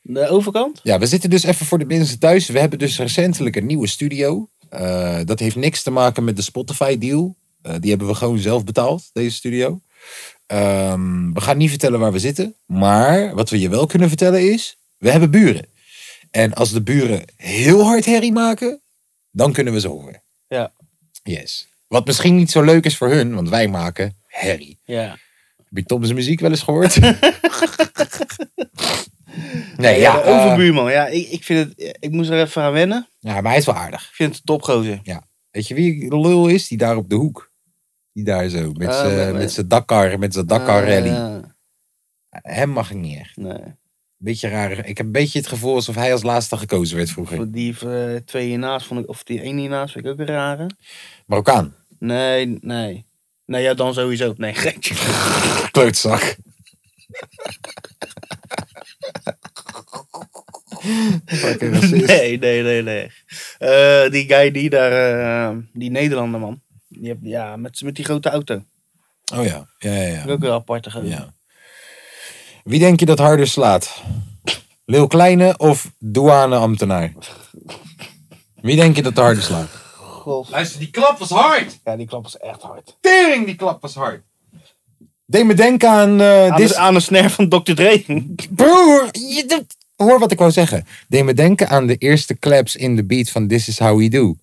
De overkant? Ja, we zitten dus even voor de mensen thuis. We hebben dus recentelijk een nieuwe studio. Eh, dat heeft niks te maken met de Spotify-deal. Eh, die hebben we gewoon zelf betaald, deze studio. Ehm, we gaan niet vertellen waar we zitten. Maar wat we je wel kunnen vertellen is, we hebben buren. En als de buren heel hard herrie maken, dan kunnen we ze horen. Ja. Yes. Wat misschien niet zo leuk is voor hun, want wij maken herrie. Ja. Heb je Tom's muziek wel eens <laughs> gehoord? Ja, nee, ja. de eh, overbuurman. Ja, ik, ik vind het... Ik moest er even aan wennen. ja, maar hij is wel aardig. Ik vind het topgozer. Weet je wie de lul is? Die daar op de hoek. Die daar zo, met Ah, zijn met- met- met zijn Dakar, met zijn Dakar rally. Ah, Hem mag ik niet echt. nee. Beetje raar. Ik heb een beetje het gevoel alsof hij als laatste gekozen werd vroeger. Voor die eh, twee hiernaast vond ik... Of die één hiernaast vind ik ook een rare. Marokkaan. Nee, nee. Nee, ja, dan sowieso. Nee, geitje. Kleutzak. Fucking <laughs> racist. Nee, nee, nee, nee. Eh, die guy die daar... eh, die Nederlander, man. Die heb, ja, met, met die grote auto. Oh ja. Ja, ja, Dat ja. is ook een aparte gozer. ja. Wie denk je dat harder slaat? Leeuw Kleine of douaneambtenaar? Wie denk je dat harder slaat? Goh. Luister, die klap was hard! Ja, die klap was echt hard. Tering, die klap was hard. Deed me denken aan... eh, Aan, dit de, aan de snare van Dr. Dre. Broer, je doet- Hoor wat ik wou zeggen. Deed me denken aan de eerste claps in de beat van This Is How We Do.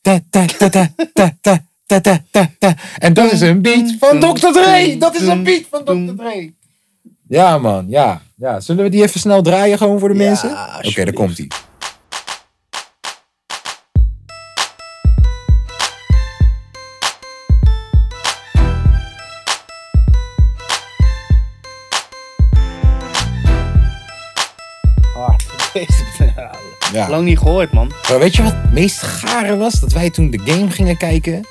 Ta, ta, ta, ta, ta, ta, ta, ta, ta, ta. En dat is een beat van Dr. Dre. Dat is een beat van Dr. Dre. Ja, man. Ja. ja. Zullen we die even snel draaien gewoon voor de Ja, mensen? Oké, daar alsjeblieft. komt ie. Hard. Deze- Ja. Lang niet gehoord, man. Maar weet je wat het meest gare was? Dat wij toen de game gingen kijken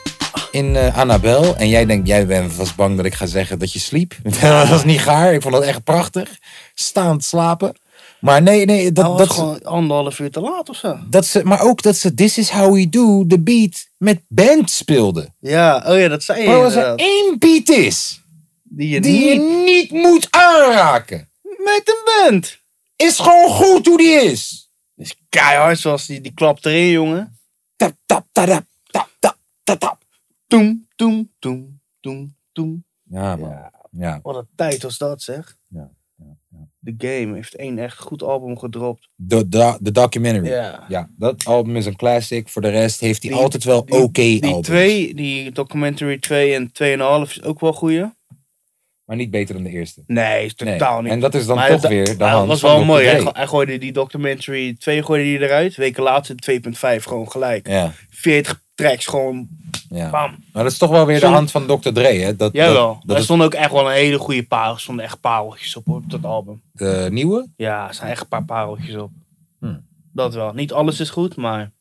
in eh, Annabel. En jij denkt, jij bent vast bang dat ik ga zeggen dat je sliep. <laughs> dat was niet gaar. Ik vond dat echt prachtig. Staand slapen. Maar nee, nee. Dat, Dat, was dat, gewoon anderhalf uur te laat of zo. dat ze, maar ook dat ze This Is How We Do, de beat, met band speelden. Ja, oh ja, dat zei je Maar als er inderdaad. één beat is Die je die niet je niet moet aanraken, met een band. is gewoon goed hoe die is. Dat is keihard zoals die, die klap erin, jongen. Tap, tap, tadap, tap, tap, tap, tap. Toem, toem, toem, toem, toem. Ja, man. Ja, ja. wat een tijd was dat, zeg. Ja, The Game heeft één echt goed album gedropt. De, de, de documentary. Ja. Ja, dat album is een classic. Voor de rest heeft hij Die- altijd wel oké die- Die albums. twee, die documentary 2 en 2,5 is ook wel goeie. Maar niet beter dan de eerste. Nee, is Nee. totaal niet. En dat is dan Maar toch dat- weer de Maar hand dat was van wel Dr. mooi. Hij, Dre. go- hij gooide die documentary 2 gooide die eruit. Weken later 2.5 gewoon gelijk. Ja. 40 tracks gewoon Ja. Bam. Maar dat is toch wel weer de Zo'n- hand van Dr. Dre, hè? Dat, Jawel. Dat, dat er is stonden ook echt wel een hele goede parel. Er stonden echt pareltjes op, hoor, op dat album. de nieuwe. Ja, er zijn echt een paar pareltjes op. Hm. Dat wel. Niet alles is goed, maar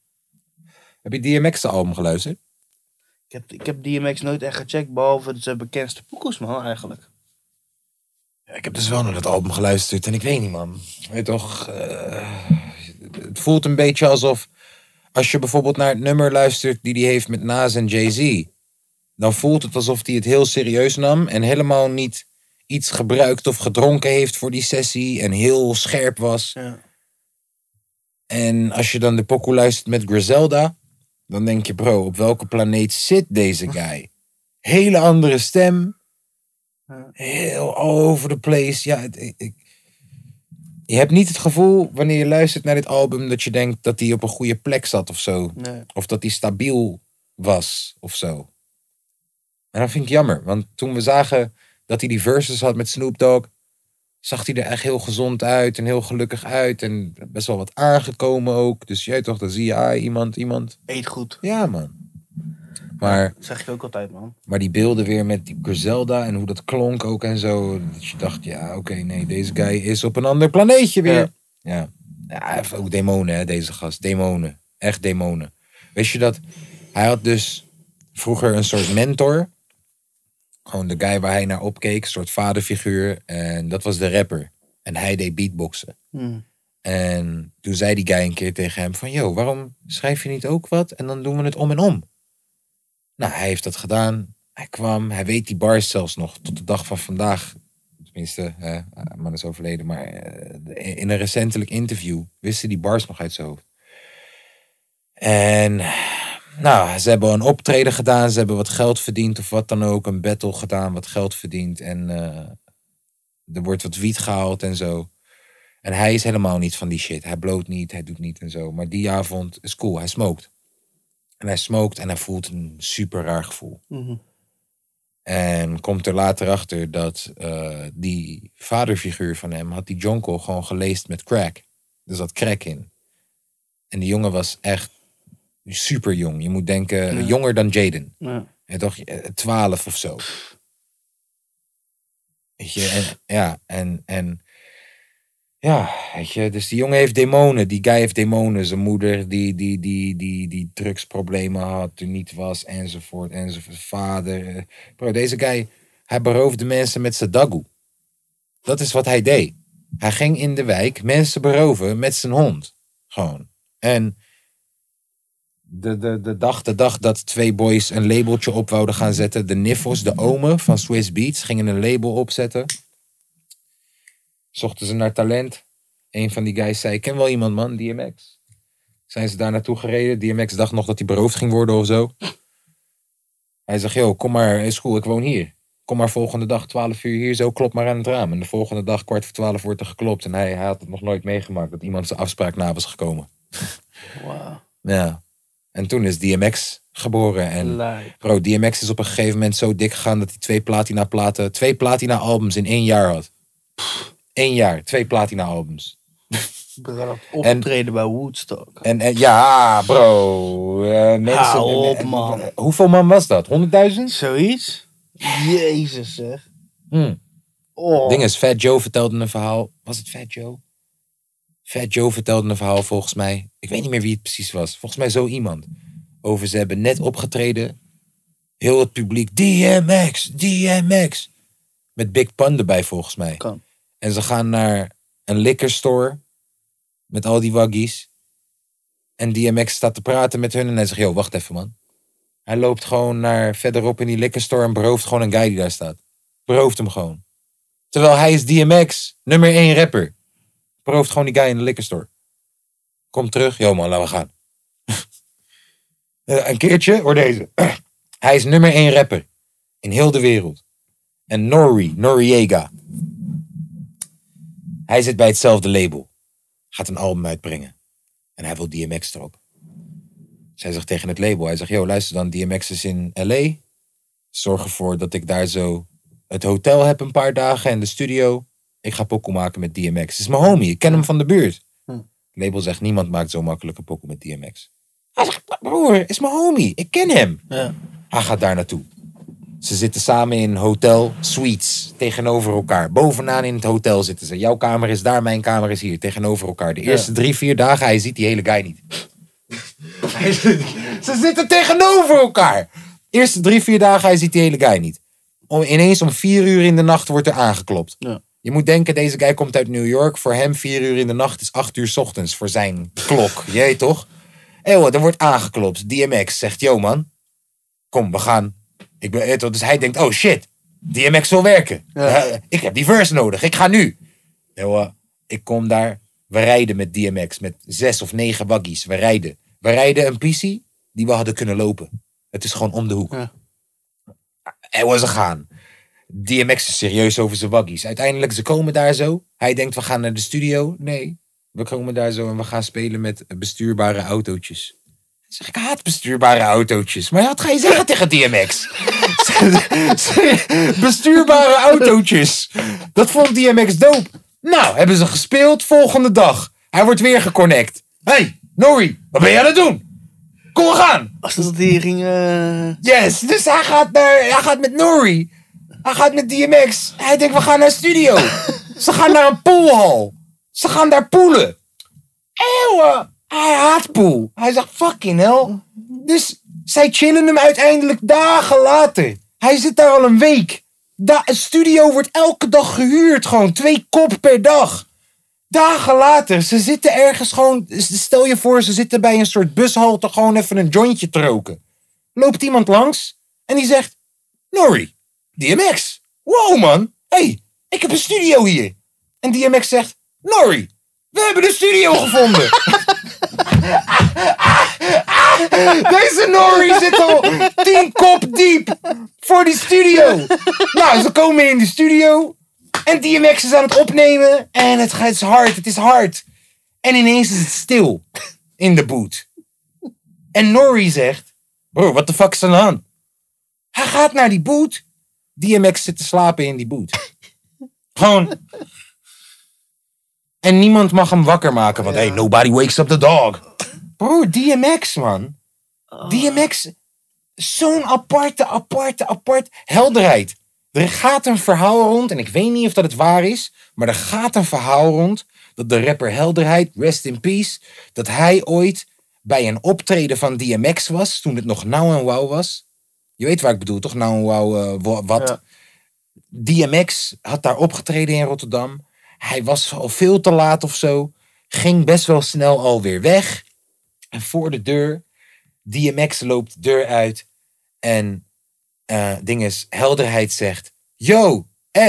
Heb je DMX album geluisterd? ik heb, ik heb DMX nooit echt gecheckt. Behalve zijn bekendste poekels, man, eigenlijk. Ja, ik heb dus wel naar dat album geluisterd en ik weet niet, man. Weet toch, eh, het voelt een beetje alsof als je bijvoorbeeld naar het nummer luistert die hij heeft met Nas en Jay-Z, dan voelt het alsof hij het heel serieus nam en helemaal niet iets gebruikt of gedronken heeft voor die sessie en heel scherp was. Ja. En als je dan de pokoe luistert met Griselda, dan denk je, bro, op welke planeet zit deze guy? Hele andere stem. Ja. Heel all over the place. Ja, het- ik, ik- je hebt niet het gevoel wanneer je luistert naar dit album dat je denkt dat hij op een goede plek zat of zo. Nee. Of dat hij stabiel was of zo. En dat vind ik jammer, want toen we zagen dat hij die verses had met Snoop Dogg, zag hij er echt heel gezond uit en heel gelukkig uit. En best wel wat aangekomen ook. Dus jij toch, dan zie je ah, iemand, iemand. Eet goed. Ja, man. Maar, Dat zeg ik ook altijd, man. maar die beelden weer met die Griselda en hoe dat klonk ook en zo. Dat je dacht, ja, oké, nee, deze guy is op een ander planeetje weer. Ja. ja. hij heeft ook demonen, hè, deze gast. Demonen. Echt demonen. Weet je dat? Hij had dus vroeger een soort mentor. Gewoon de guy waar hij naar opkeek, een soort vaderfiguur. En dat was de rapper. En hij deed beatboxen. Hm. En toen zei die guy een keer tegen hem van... Yo, waarom schrijf je niet ook wat? En dan doen we het om en om. Nou, hij heeft dat gedaan. Hij kwam, hij weet die bars zelfs nog. Tot de dag van vandaag. Tenminste, hè, de man is overleden. Maar eh, in een recentelijk interview wist hij die bars nog uit zijn hoofd. En nou, ze hebben een optreden gedaan. Ze hebben wat geld verdiend of wat dan ook. Een battle gedaan, wat geld verdiend. En eh, er wordt wat wiet gehaald en zo. En hij is helemaal niet van die shit. Hij bloot niet, hij doet niet en zo. Maar die avond is cool, hij smokt. En hij smokt en hij voelt een super raar gevoel. Mhm. En komt er later achter dat eh, die vaderfiguur van hem... had die jonkel gewoon geleest met crack. Er zat crack in. En die jongen was echt super jong. Je moet denken, Ja. jonger dan Jaden. Ja. En toch eh, 12 of zo. Weet je, en, ja, en, en ja, weet je, dus die jongen heeft demonen, die guy heeft demonen. Zijn moeder die, die, die, die, die drugsproblemen had, toen niet was, enzovoort, enzovoort. Vader. eh. Bro, deze guy, hij beroofde mensen met zijn dagoe. Dat is wat hij deed. Hij ging in de wijk mensen beroven met zijn hond. Gewoon. En de, de, de dag, de dag dat twee boys een labeltje op wouden gaan zetten. De Niffos, de omen van Swiss Beats, gingen een label opzetten. Zochten ze naar talent. Een van die guys zei, ik ken wel iemand man, DMX. Zijn ze daar naartoe gereden. DMX dacht nog dat hij beroofd ging worden of zo. Hij zegt, yo, kom maar, is goed, ik woon hier. Kom maar volgende dag 12 uur hier, zo klop maar aan het raam. En de volgende dag kwart voor 12 wordt er geklopt. En hij, hij had het nog nooit meegemaakt dat iemand zijn afspraak na was gekomen. Wauw. Ja. En toen is DMX geboren. En Lijp. bro, DMX is op een gegeven moment zo dik gegaan dat hij twee platina platen, twee platina albums in één jaar had. Eén jaar, twee platina albums. Braaf Optreden bij Woodstock. En, en ja, bro. eh, mensen, Hou op, en- en- man. hoeveel man was dat? 100.000? Zoiets? Jezus, zeg. Hm. Oh. Ding is, Fat Joe vertelde een verhaal. Was het Fat Joe? Fat Joe vertelde een verhaal volgens mij. Ik weet niet meer wie het precies was. Volgens mij zo iemand. Over ze hebben net opgetreden. Heel het publiek. DMX, DMX. Met Big Pun erbij volgens mij. Kan. En ze gaan naar een liquor store. Met al die waggies. En DMX staat te praten met hun. En hij zegt, yo, wacht even man. Hij loopt gewoon naar verderop in die liquor store. En berooft gewoon een guy die daar staat. Berooft hem gewoon. Terwijl hij is DMX, nummer 1 rapper. Berooft gewoon die guy in de liquor store. Kom terug. Yo man, laten we gaan. <laughs> Eh, een keertje, hoor deze. <clears throat> hij is nummer 1 rapper. In heel de wereld. En Nori, Noriega. Hij zit bij hetzelfde label. Gaat een album uitbrengen. En hij wil DMX erop. Zij zegt tegen het label. Hij zegt, yo luister dan, DMX is in LA. Zorg ervoor dat ik daar zo het hotel heb een paar dagen en de studio. Ik ga pokoe maken met DMX. Het is mijn homie, ik ken hem van de buurt. Hm. Het label zegt, niemand maakt zo makkelijk een pokoe met DMX. Hij zegt, broer, het is mijn homie, ik ken hem. Ja. Hij gaat daar naartoe. Ze zitten samen in hotel suites tegenover elkaar. Bovenaan in het hotel zitten ze. Jouw kamer is daar, mijn kamer is hier. Tegenover elkaar. De eerste drie, vier dagen, hij ziet die hele guy niet. Hij zit- ze zitten tegenover elkaar. Eerste drie, vier dagen, hij ziet die hele guy niet. Om, ineens om vier uur in de nacht wordt er aangeklopt. Ja. Je moet denken, deze guy komt uit New York. Voor hem vier uur in de nacht is acht uur 's ochtends voor zijn <laughs> klok. Jee toch? Hé hoor, er wordt aangeklopt. DMX zegt, yo man, kom we gaan. Ik ben, eh, toch, dus hij denkt, oh shit, DMX wil werken. Ja. Eh, ik heb die verse nodig, ik ga nu. Yo, eh, ik kom daar, we rijden met DMX, met zes of negen buggies. We rijden. We rijden een pissie die we hadden kunnen lopen. Het is gewoon om de hoek. Ja. Er was ze gaan. DMX is serieus over zijn waggies. Uiteindelijk, ze komen daar zo. Hij denkt, we gaan naar de studio. Nee, we komen daar zo en we gaan spelen met bestuurbare autootjes. Dan zeg ik, ik haat bestuurbare autootjes. Maar wat ga je zeggen tegen DMX? <laughs> bestuurbare autootjes. Dat vond DMX dope. Nou, hebben ze gespeeld volgende dag. Hij wordt weer geconnect. Hey, Nori, wat ben jij aan het doen? Kom, we gaan. <laughs> Als dat hier ging... <laughs> eh, Yes, dus hij gaat, naar, hij gaat met Nori. Hij gaat met DMX. Hij denkt, we gaan naar een studio. Ze gaan naar een poolhal. Ze gaan daar poelen. Eeuwen. Hij haat pool. Hij zegt, fucking hell. Dus zij chillen hem uiteindelijk dagen later. Hij zit daar al een week. Da een studio wordt elke dag gehuurd. Gewoon twee kop per dag. Dagen later, ze zitten ergens gewoon... Stel je voor, ze zitten bij een soort bushalte gewoon even een jointje te roken loopt iemand langs en die zegt: Nori, DMX. Wow man, hey, ik heb een studio hier. En DMX zegt: Nori, we hebben de studio gevonden. <laughs> Deze Nori zit al tien kop diep voor die studio. Nou, ze komen in de studio en DMX is aan het opnemen en het gaat- het is hard, het is hard. En ineens is het stil in de boot. En Nori zegt, Bro, what the fuck is er aan de hand? Hij gaat naar die boot. DMX zit te slapen in die boot. Gewoon. En niemand mag hem wakker maken, want hey, nobody wakes up the dog. Bro, DMX, man. Oh. DMX, zo'n aparte, aparte, aparte helderheid. Er gaat een verhaal rond, en ik weet niet of dat het waar is, maar er gaat een verhaal rond dat de rapper Helderheid, rest in peace, dat hij ooit bij een optreden van DMX was, toen het nog Nou en Wow was. Je weet waar ik bedoel, toch? Nou en Wow, eh, wa- wat? Ja. DMX had daar opgetreden in Rotterdam. Hij was al veel te laat of zo. Ging best wel snel alweer weg. En voor de deur, DMX loopt de deur uit. En eh ding is, helderheid zegt... Yo,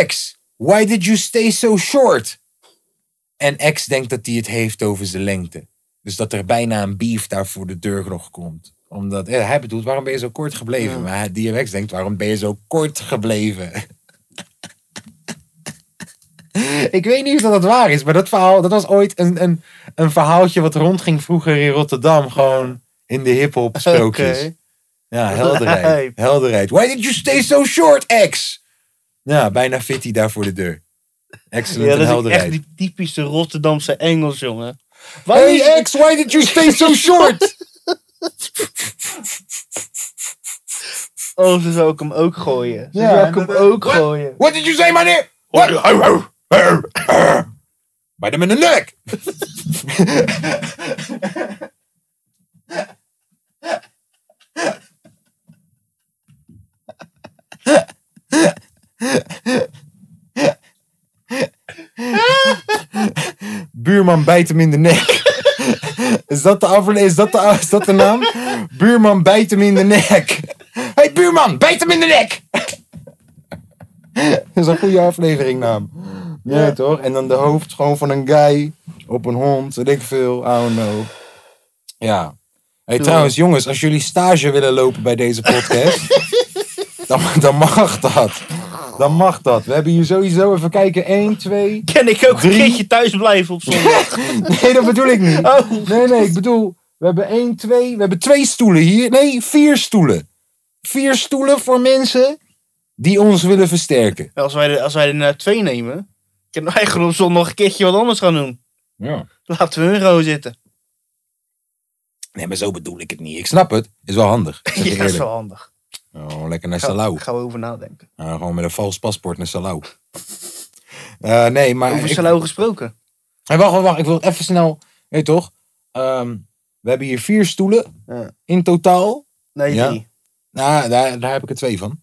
X, why did you stay so short? En X denkt dat hij het heeft over zijn lengte. Dus dat er bijna een beef daar voor de deur nog komt. Omdat eh, hij bedoelt, waarom ben je zo kort gebleven? Ja. Maar DMX denkt, waarom ben je zo kort gebleven? <laughs> Ik weet niet of dat waar is, maar dat verhaal, dat was ooit een, een, een verhaaltje wat rondging vroeger in Rotterdam. Gewoon in de hip-hop <laughs> sprookjes. Oh, Oké. Ja, helderheid. <laughs> Lijp. Helderheid. Why did you stay so short, X? Ja, bijna fit hij daar voor de deur. Excellent Ja, en dat is helderheid. echt die typische Rotterdamse Engels, jongen. Hey X, why did you stay <laughs> so short? Oh, ze zou ik hem ook gooien. Ze Ja, zou ik en hem dat- ook Wat? gooien. What did you say, meneer? What? Bij hem in de <laughs> nek. Buurman bijt hem in de <laughs> nek. Is dat de, afle- is dat de, is dat de naam? Buurman bijt hem in de nek. Hé hey, buurman, bijt hem in de nek! Dat is een goede afleveringnaam. Ja, toch? En dan de hoofd gewoon van een guy op een hond. Weet ik veel. I don't know. Ja. Hey, trouwens, jongens, als jullie stage willen lopen bij deze <laughs> podcast, dan, dan mag dat. Dan mag dat. We hebben hier sowieso even kijken. 1, 2. Kan ik ook Drie. een keertje thuis blijven op <laughs> zondag? Nee, dat bedoel ik niet. Oh, Nee, nee, ik bedoel, we hebben één, twee, we hebben twee stoelen hier. Nee, vier stoelen. Vier stoelen voor mensen die ons willen versterken. als wij, er- als wij er nou twee nemen, kunnen wij gewoon op zondag een keertje wat anders gaan doen. Ja. Laten we hun gewoon zitten. Nee, maar zo bedoel ik het niet. Ik snap het. Is wel handig. Zeg <laughs> Ja, ik dat is eerlijk. wel handig. Gewoon lekker naar Ga- Salau. Gaan we over nadenken. Eh, gewoon met een vals paspoort naar Salau. Eh, nee, maar... Over ik- Salau gesproken. Hey, wacht, wacht, wacht. Ik wil even snel... Weet je toch? Ehm, we hebben hier vier stoelen Ja. in totaal. Nee, Ja. drie. Nou, daar, daar heb ik er twee van.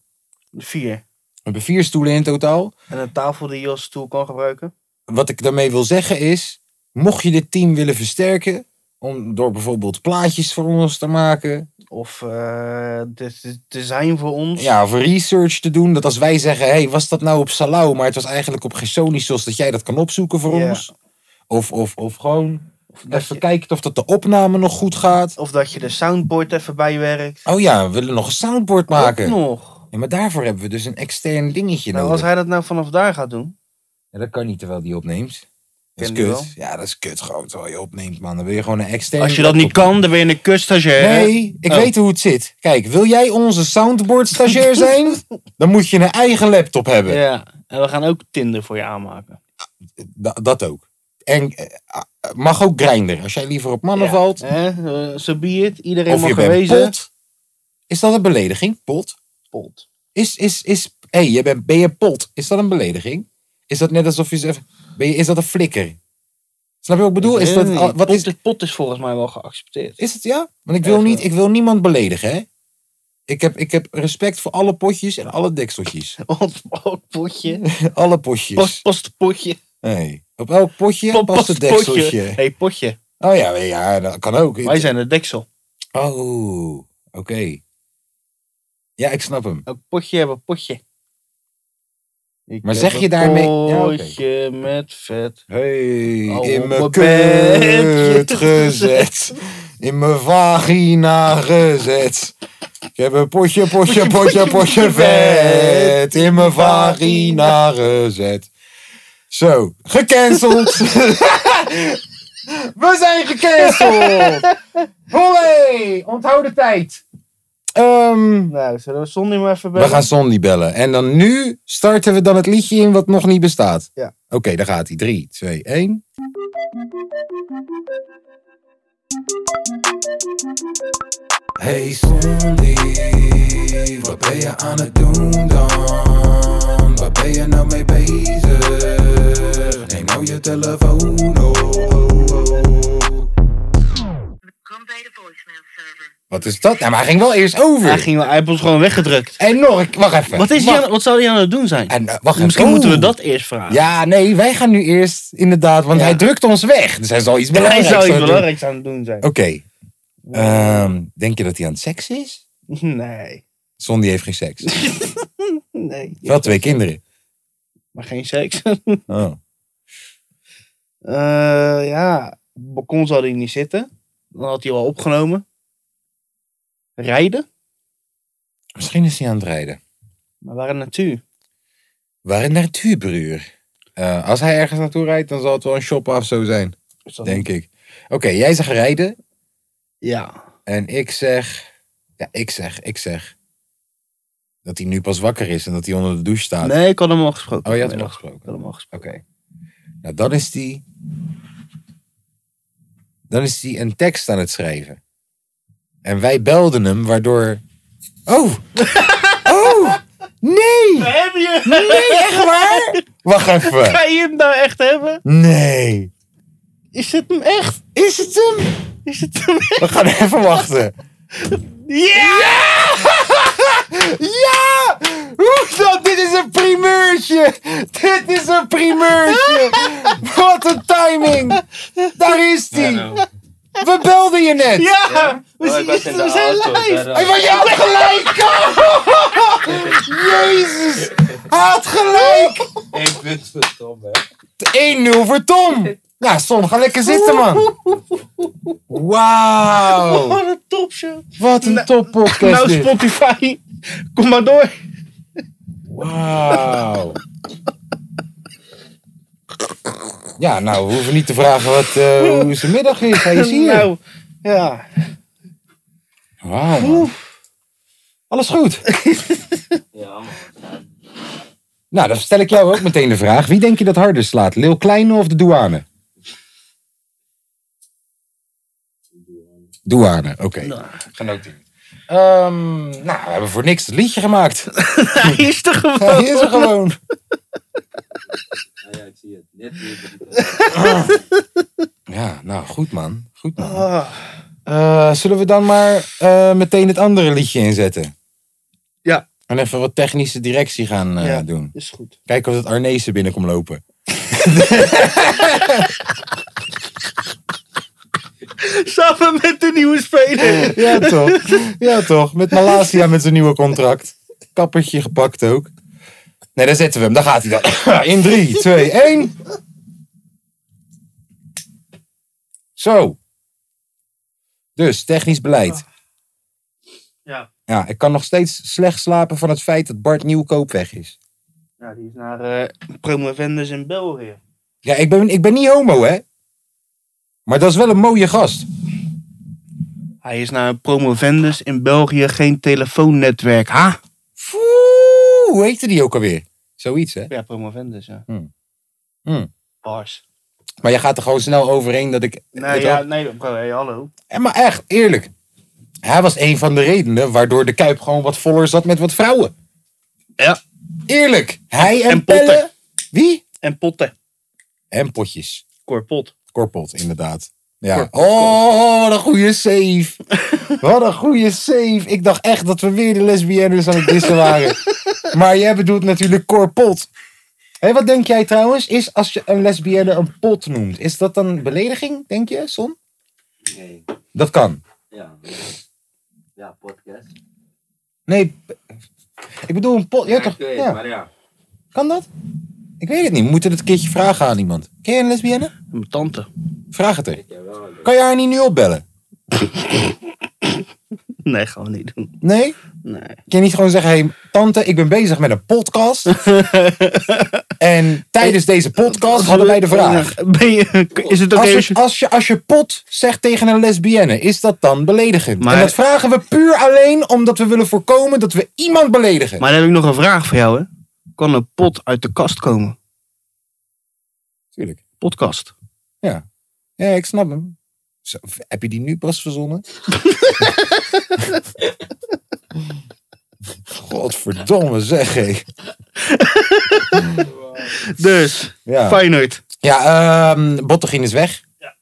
Vier. We hebben vier stoelen in totaal. En een tafel die je als stoel kan gebruiken. Wat ik daarmee wil zeggen is... Mocht je dit team willen versterken... Om, door bijvoorbeeld plaatjes voor ons te maken... Of eh de- de- design voor ons. Ja, voor research te doen. Dat als wij zeggen, hey, was dat nou op Salau, maar het was eigenlijk op Gersonisos, dat jij dat kan opzoeken voor Ja. ons. Of, of, of gewoon Of dat, even je, kijken of dat de opname nog goed gaat. of dat je de soundboard even bijwerkt. Oh ja, we willen nog een soundboard maken. Ook nog. Ja, maar daarvoor hebben we dus een extern dingetje Nou, als nodig. hij dat nou vanaf daar gaat doen. Ja, dat kan niet terwijl die opneemt. Dat is Ken die kut. Ja, dat is kut gewoon terwijl je opneemt, man. Dan wil je gewoon een extern Als je dat niet kan, dan ben je een kutstagiair. Nee, ik Oh. weet hoe het zit. Kijk, wil jij onze soundboard stagiair <laughs> zijn? dan moet je een eigen laptop hebben. Ja, en we gaan ook Tinder voor je aanmaken. Da- dat ook. En eh, eh, mag ook grinder. Als jij liever op mannen valt. Hè? eh, Zo be it. Iedereen Of mag je bent gewezen. pot. Is dat een belediging? Pot? Pot. Is, is, is, hé, je bent, ben je pot? Is dat een belediging? Is dat net alsof je zegt, ben je, is dat een flikker? Snap je wat ik bedoel? Is dat, Eh, al- wat pot, is, pot is volgens mij wel geaccepteerd. is het ja? Want ik wil, Echt, niet, ja. ik wil niemand beledigen, hè? Ik heb, ik heb respect voor alle potjes en alle dekseltjes. Pot, pot, potje. alle potjes. Pas, pas het potje. Nee. Op elk potje Pas, past een het potje. dekseltje. hey, potje. Oh ja, ja, dat kan ook. Wij zijn het deksel. Oh, oké. Ja, ik snap hem. Ook potje hebben, potje. Ik Maar heb zeg je een daarmee- Ja, oké. Potje met vet. Hey, Al in op mijn mijn bedje kut gezet. In mijn vagina gezet. Ik heb een potje, potje, potje, potje vet. In mijn vagina gezet. Zo, gecanceld. <laughs> We zijn <laughs> gecanceld. Hollé, onthoud de tijd. Ehm, Nou, zullen we Sonny maar even we bellen? gaan Sonny bellen. En dan nu starten we dan het liedje in wat nog niet bestaat. Ja. Oké, daar gaat hij. 3, 2, 1. Hey Sonny, wat ben je aan het doen dan? Waar ben je nou mee bezig? Neem nou je telefoon op. Kom bij de voicemail server. Wat is dat? Nou, maar hij ging wel eerst over. Hij, ging, hij heeft ons gewoon weggedrukt. En nog, ik- wacht even. Wat, is hij Wacht. aan- wat zou hij aan het doen zijn? En, eh, wacht even. Misschien moeten we Oh. dat eerst vragen. Ja, nee, wij gaan nu eerst inderdaad, want Ja. hij drukt ons weg. Dus hij zal iets Hij belangrijks zou iets doen. belangrijks aan het doen zijn. Oké, ehm, denk je dat hij aan het seks is? <laughs> Nee. Sondi heeft geen <laughs> seks. Nee. Wel twee kinderen. Maar geen seks. <laughs> Oh. Eh, ja, op balkon zal hij niet zitten. Dan had hij al opgenomen. Rijden? Misschien is hij aan het rijden. Maar waar in de natuur? Waar een natuurbruur. Eh, als hij ergens naartoe rijdt, dan zal het wel een shop of zo zijn, Is dat- denk ik. Oké, jij zegt rijden Ja. en ik zeg... Ja, ik zeg, ik zeg... Dat hij nu pas wakker is en dat hij onder de douche staat. Nee, ik had hem al gesproken. Oh, je had hem al vanmiddag. gesproken. Ik had hem al gesproken. Oké. Nou, dan is die. Dan is die een tekst aan het schrijven. En wij belden hem, waardoor. Oh! <laughs> Oh! Nee! Heb je? <laughs> Nee, echt waar? Wacht even. Ga je hem nou echt hebben? Nee. Is het hem echt? Is het hem? Is het hem echt? We gaan even wachten. Ja! Ja! Hoe dan? Dit is een primeurtje! Dit is een primeurtje! Wat een timing! Daar is die! nou. nou, <laughs> We belden je net! Ja! We, Oh, ik zien- was in de we zijn auto, live! daar, eh. Hey, maar je had gelijk! Jezus! Hij had gelijk! eh, Ik wist het Tom, hè. 1-0 voor Tom! Nou, Tom, ga lekker zitten, man. Wauw! Wat een topshow! Wat een top podcast Nou, dit. Spotify, kom maar door. Wauw. Ja, nou, we hoeven niet te vragen wat, eh, hoe zijn middag is. Hij is hier. Nou, ja. Wauw, man. Alles goed? Ja, man. Nou, dan stel ik jou ook meteen de vraag. Wie denk je dat harder slaat? Leeuw Kleine of de douane? Douane, oké. Nou, Gaan ook doen. Ehm, nou, we hebben voor niks het liedje <laughs> gemaakt. <laughs> Hij is er gewoon. Hij is er gewoon. Ja, ja, ik zie het. Net weer. Ja, nou, goed man. Goed man. Ah, Eh, zullen we dan maar eh, meteen het andere liedje inzetten? Ja. En even wat technische directie gaan eh, Ja. doen. is goed. Kijken of het Arnezen binnenkomt lopen. Samen met de nieuwe speler. <laughs> Ja, toch? Ja, toch? Met Malasia met zijn nieuwe contract. Kappertje gepakt ook. Nee, daar zetten we hem. Daar gaat hij dan. In 3, 2, 1. Zo. Dus, technisch beleid. Ja. Ja, ik kan nog steeds slecht slapen van het feit dat Bart Nieuwkoop weg is. Ja, die is naar eh Promovendus in België. Ja, ik ben, ik ben niet homo, hè? Maar dat is wel een mooie gast. Hij is naar Promovendus in België geen telefoonnetwerk. Ha? Foe, hoe heette die ook alweer? Zoiets, hè? Ja, Promovendus, ja. Hmm. Hmm. Bars. Maar jij gaat er gewoon snel overheen dat ik... Nee, dat- ja, nee, bro, hey, hallo. En maar echt, eerlijk. Hij was een van de redenen waardoor de Kuip gewoon wat voller zat met wat vrouwen. Ja. Eerlijk. Hij en, en Pelle. potten. Wie? En potten. En potjes. Korpot. Korpot, inderdaad. Ja. Korpot. Oh, wat een goede save. <laughs> wat een goede save. Ik dacht echt dat we weer de lesbiennes aan het dissen <laughs> waren. maar jij bedoelt natuurlijk korpot. Hé, wat denk jij trouwens? Is als je een lesbienne een pot noemt, is dat dan een belediging, denk je, Son? Nee. Dat kan. Ja. Ja, podcast. Nee, p- ik bedoel een pot. Ja, toch? ik weet, Ja. Maar ja. Kan dat? Ik weet het niet. We moeten het een keertje vragen aan iemand. Ken je een lesbienne? Mijn tante. Vraag het er. Ik heb wel een Kan je haar niet nu opbellen? Nee, gaan we niet doen. Nee? Nee. Kan je niet gewoon zeggen, hey, tante, ik ben bezig met een <laughs> podcast. en tijdens deze podcast hadden wij de vraag. Ben je, is het oké Als als je, je- als, je, als je pot zegt tegen een lesbienne, is dat dan beledigend? Maar- En dat vragen we puur alleen omdat we willen voorkomen dat we iemand beledigen. Maar dan heb ik nog een vraag voor jou, hè. Kan een pot uit de kast komen? Tuurlijk. Podcast. Ja, ik snap hem. Zo, heb je die nu pas verzonnen? Godverdomme zeg, hé. Dus, Ja, Feyenoord. ja ehm Bottegien is weg. Ja.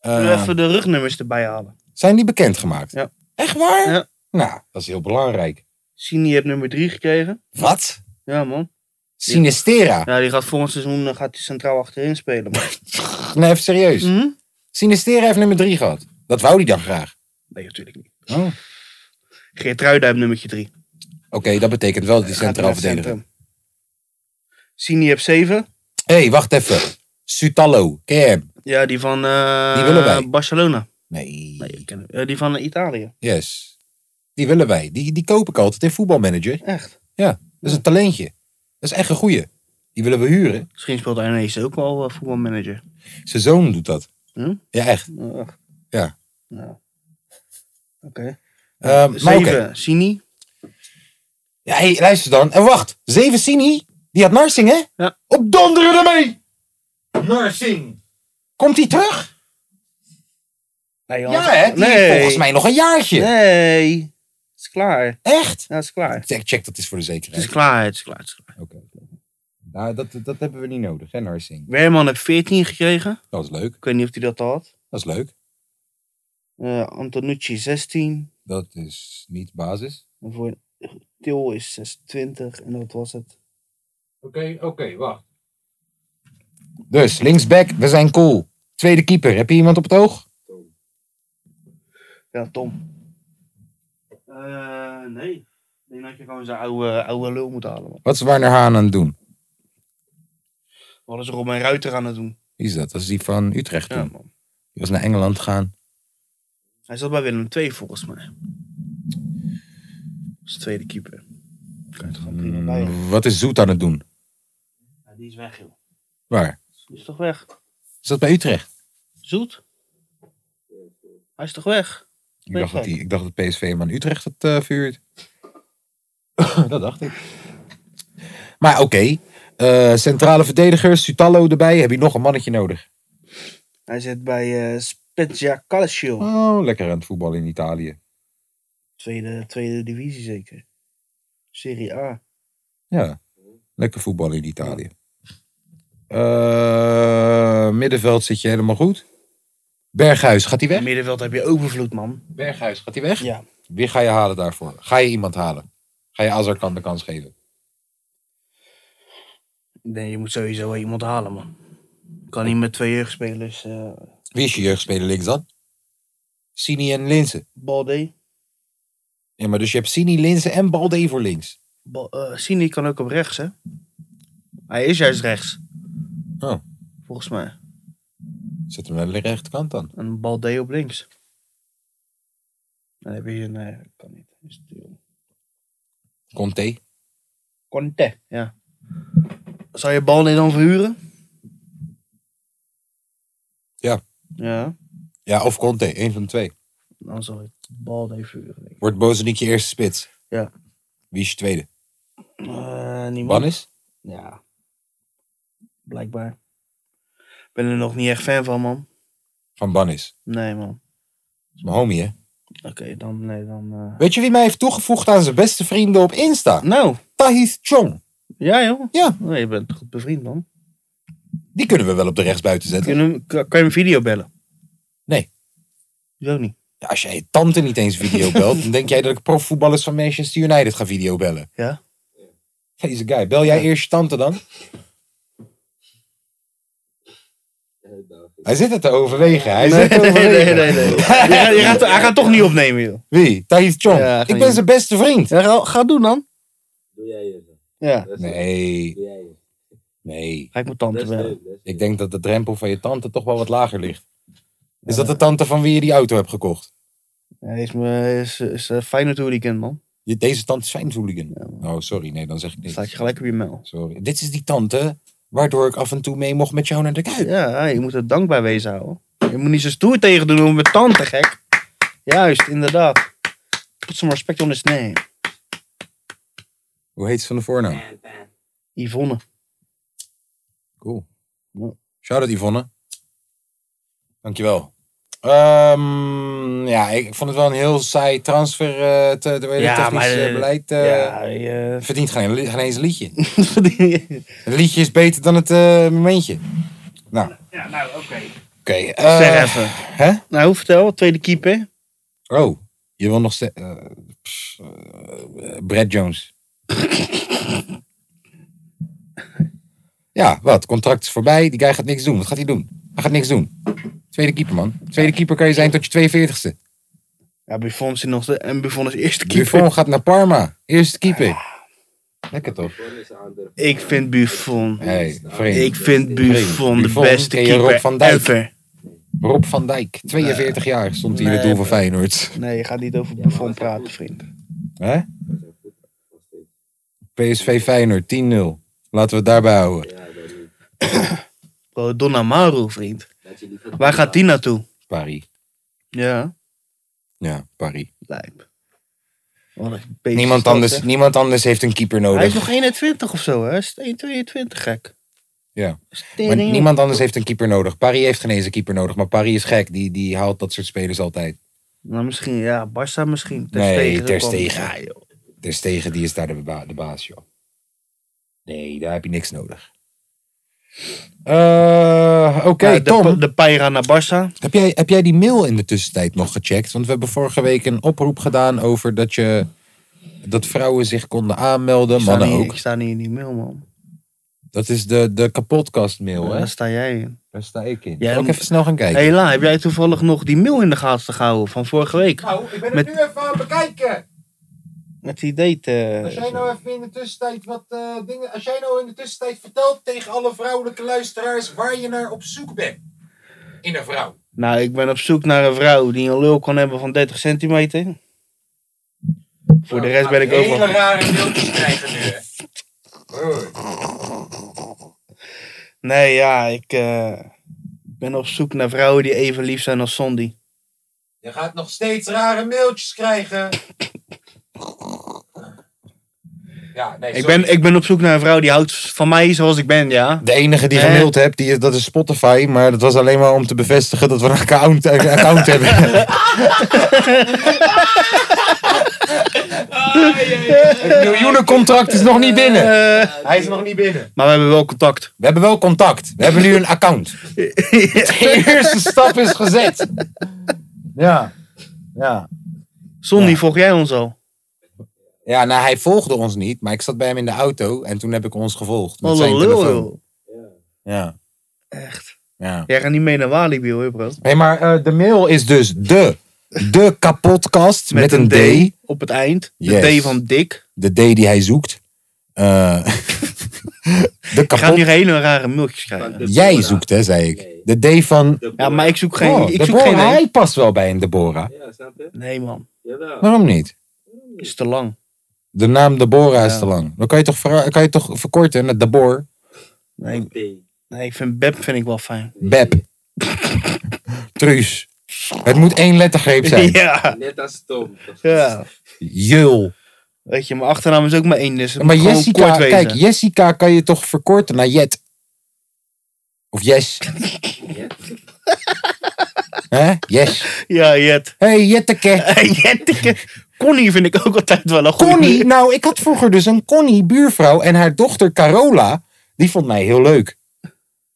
Eh, Even de rugnummers erbij halen. zijn die bekendgemaakt? Ja. Echt waar? Ja. Nou, dat is heel belangrijk. Sini heeft nummer 3 gekregen. Wat? Ja, man. Sinistera. Ja, die gaat volgend seizoen eh, gaat die centraal achterin spelen. man. Nee, even serieus. Hm? Sinistera heeft nummer 3 gehad. Dat wou hij dan graag. Nee, natuurlijk niet. Oh. Oké, Geert Ruida heeft nummertje 3. dat betekent wel dat hij centraal verdediger. verdedigen. Sini heeft 7. Hé, hey, wacht even. Sutallo, ken je hem? Ja, die van eh, Die willen wij. Barcelona. Nee. Nee, ik ken hem. Eh, die van Italië. Yes. Die willen wij. Die, die koop ik altijd in voetbalmanager. Echt. Dat is een talentje. Dat is echt een goeie. Die willen we huren. Misschien speelt hij ineens ook wel eh, voetbalmanager. Zijn zoon doet dat. Hm? Ja, echt. Eh, echt. Ja. Nou. Oké. Ehm, maar oké. Zeven, Sini. Ja, hey, luister dan. En wacht. Zeven Sini. Die had Narsing, hè? Ja. Op donderen ermee! Narsing. Komt hij terug? Nee, Hans. Ja, hè? Die heeft nee. volgens mij nog een jaartje. Nee. Het is klaar. Echt? Ja, het Nou, is klaar. Check, check, dat is voor de Het is zekerheid. klaar, het is klaar. Het is klaar. Oké. Nou, dat, dat hebben we niet nodig, hè, Narsing? Werman heeft 14 gekregen. Dat is leuk. Ik weet niet of hij dat al had. Dat is leuk. Eh, Antonucci 16. Dat is niet basis. En voor Til is 26 en dat was het. Oké, oké, wacht. Dus, linksback, we zijn cool. Tweede keeper, heb je iemand op het oog? Ja, Tom. Eh, nee. Ik denk dat je gewoon zijn oude, oude lul moet halen. Man. Wat is Warner Haan aan het doen? Wat is Robin Ruiter aan het doen? Wie is dat? Dat is die van Utrecht Ja, toen. man. Die was naar Engeland gegaan. Hij zat bij Willem II volgens mij. Als tweede keeper. Kan je het gewoon prima bij. Mm, wat is Zoet aan het doen? Ja, die is weg, joh. Waar? Die is toch weg? Is dat bij Utrecht? Zoet? Hij is toch weg? Ik Nee, dacht dat, gek. die, ik dacht dat PSV hem aan Utrecht had eh, verhuurd. <laughs> dat dacht ik. Maar oké. eh, centrale verdediger, Sutallo erbij. Heb je nog een mannetje nodig? Hij zit bij eh Spezia Calcio. Oh, lekker aan het voetballen in Italië. Tweede, tweede divisie zeker. Serie A. Ja, lekker voetballen in Italië. Eh, middenveld zit je helemaal goed. Berghuis, gaat hij weg? Middenveld heb je overvloed, man. Berghuis, gaat hij weg? Ja. Wie ga je halen daarvoor? Ga je iemand halen? Ga je Azarkan de kans geven? Nee, je moet sowieso wel iemand halen, man. Je kan niet met twee jeugdspelers. eh Wie is je jeugdspeler links dan? Sini en Linsen. Balde. Ja, maar dus je hebt Sini, Linsen en Balde voor links. Ba- eh, Sini kan ook op rechts, hè? Hij is juist rechts. Oh. Volgens mij. Zet hem aan de rechterkant dan. En Balde op links. Dan heb je... Nee, dat kan niet. Is te jong. Conte. Conte. Ja. Zou je Balde dan verhuren? Ja. Ja. Ja, of Conte. Eén van de twee. Dan zou ik Balde verhuren, denk ik. Wordt Bozeniek je eerste spits? Ja. Wie is je tweede? Eh, niemand. Bannis? Ja. Blijkbaar. Ik ben er nog niet echt fan van, man. Van Bannis. Nee, man. Dat is mijn homie, hè? Oké, dan... Nee, dan eh. Weet je wie mij heeft toegevoegd aan zijn beste vrienden op Insta? Nou, Tahith Chong. ja joh. Ja. Nou, je bent goed bevriend, man. Die kunnen we wel op de rechtsbuiten zetten. Kun je, hem- kan je hem video bellen? Nee. Zo niet. Ja, als jij je tante niet eens video belt, dan denk jij dat ik profvoetballers van Manchester United ga videobellen. Ja. <laughs> Deze guy, bel jij eerst je tante dan? Hij zit het te overwegen. Hij zit het te nee, nee, overwegen. nee, nee, nee. <laughs> Je gaat, je gaat, hij gaat toch niet opnemen, joh. Wie? Tahith Chong. Ja, geen ik ben idee. zijn beste vriend. Ja, ga, ga doen dan. Doe jij het. Ja. Nee, Doe jij het. nee. Ga ik mijn tante Dat is bellen. leuk. dat is Ik leuk. denk dat de drempel van je tante toch wel wat lager ligt. Is dat de tante van wie je die auto hebt gekocht? Ja, is me is, is eh, Feyenoord weekend, man. Je- Deze tante is fijn hooligan. Ja, man. Oh, sorry. Nee, dan zeg ik Dan Staat je niks. gelijk op je mail. Sorry. Dit is die tante waardoor ik af en toe mee mocht met jou naar de kuip. Ja, je moet er dankbaar wezen houden. Je moet niet zo stoer tegen doen om met tante, gek. Juist, inderdaad. Put some respect on his name. Hoe heet ze van de voornaam? Yvonne. Cool. Ja. Shout-out Yvonne. Dankjewel. Ehm ja, ik vond het wel een heel saai transfer, eh te, de Ja, technisch maar, eh, eh, beleid. eh, ja, je... Verdient geen, li- geen eens een liedje. <laughs> Het liedje is beter dan het eh, momentje. Nou, oké. ja, nou, oké. eh, zeg even. hè? <laughs> Nou, vertel, tweede keeper. Oh, je wil nog steeds... eh, pff, eh, Brad Jones. ja, wat? Contract is voorbij. Die guy gaat niks doen. Wat gaat hij doen? Hij gaat niks doen. Tweede keeper, man. Tweede keeper kan je zijn tot je 42ste. Ja, Buffon is, nog de, en Buffon is eerste keeper. Buffon gaat naar Parma. Eerste keeper. Lekker toch? Voor is een andere. Ik vind Buffon. Hey, vreemd. Ik vind Buffon de Buffon beste tegen Rob keeper van Dijk. ever. Rob van Dijk, 42 jaar, stond hij in het Nee, doel van Feyenoord. Nee, je gaat niet over maar Buffon dat is praten, goed. vriend. Hè? Dat is een goed. Dat is goed. PSV Feyenoord, 10-0. Laten we het daarbij houden. Ja, dat niet. Bro, Donnarumma, vriend. Dat je liever- Waar gaat die naartoe? Paris. Ja, Ja, Paris. lijp. Wat een beest is Niemand dat, anders, zeg. niemand anders heeft een keeper nodig. Hij is nog 21 of zo, hè? Hij is 1,22 gek. Ja. Maar Stering. niemand anders heeft een keeper nodig. Paris heeft geen eens een keeper nodig. Maar Paris is gek. Die, die haalt dat soort spelers altijd. Nou, misschien, ja, Barça misschien. Ter Nee, Stegen, Ter dat kan- Stegen. Ja, joh. Ter Stegen die is daar de, ba- de baas, joh. Nee, daar heb je niks nodig. Eh, Oké, Nou, de- Tom. De Paira naar Barça. Heb jij, heb jij die mail in de tussentijd nog gecheckt? Want we hebben vorige week een oproep gedaan over dat, je, dat vrouwen zich konden aanmelden. Ik sta Mannen niet- ook. Ik sta niet in die mail, man. Dat is de, de kapotkast mail, hè? Daar sta jij in. Daar sta ik in. Ja, Zal ik maar- even snel gaan kijken? Hé, La, heb jij toevallig nog die mail in de gaten gehouden van vorige week? Nou, ik ben Met- nu even aan het bekijken. Met die date. eh, nou even in de tussentijd wat dingen... Als jij nou in de tussentijd vertelt tegen alle vrouwelijke luisteraars waar je naar op zoek bent. In een vrouw. Nou, ik ben op zoek naar een vrouw die een lul kan hebben van 30 centimeter. Voor de rest ben Ah, ik overal. rare beeldjes krijgen nu, hè? Nee, ja, ik eh, ben op zoek naar vrouwen die even lief zijn als Sondi. Je gaat nog steeds rare mailtjes krijgen. Ja, nee, Ik sorry. ben, ik ben op zoek naar een vrouw die houdt van mij zoals ik ben, ja. De enige die Eh. gemaild heb, die, is- dat is Spotify. Maar dat was alleen maar om te bevestigen dat we een account, een account <laughs> hebben. Het miljoenencontract is nog niet binnen. Hij is nog niet binnen. Eh, Maar we hebben wel <laughs> contact. We hebben wel contact. We hebben nu een <laughs> account. De eerste stap is gezet. Ja. Ja. Sonny, volg jij ons al? Ja, nou hij volgde ons niet, maar ik zat bij hem in de auto en toen heb ik ons gevolgd. Met zijn Hallo, telefoon. lul. Ja. Ja. Echt. Ja. Jij gaat niet mee naar Walibi hoor, bro. Hé, maar eh, de mail is dus de, de kapotkast met, een D. Op het eind. De Yes. D van dik. De D die hij zoekt. Eh, <laughs> de Ik ga nu kapot. hele rare mailtjes krijgen. Van de- Jij zoekt, hè, zei ik. De D van. De Ja, boer. maar ik zoek geen... Oh, ik zoek Deborah. geen nee. Hij past wel bij een Deborah. Ja, snap je? nee, man. Jawel. Waarom niet? Is te lang. De naam Deborah is Ja. te lang. Dan kan je toch, ver- kan je toch verkorten naar Debor? Nee, Nee. nee ik vind Beb vind ik wel fijn. Beb. Truus. Het moet één lettergreep <laughs> zijn. Ja. Net als Tom. ja. Jul. Weet je, mijn achternaam is ook maar één, dus het Maar moet gewoon Jessica, kort wezen. kijk, Jessica kan je toch verkorten naar Jet? Of <laughs> Yes? Hè? Yes. Ja, Jet. <laughs> hey, Jetteke. Jetteke. Connie vind ik ook altijd wel een goede. Connie. Nou, ik had vroeger dus een Connie buurvrouw en haar dochter Carola. Die vond mij heel leuk.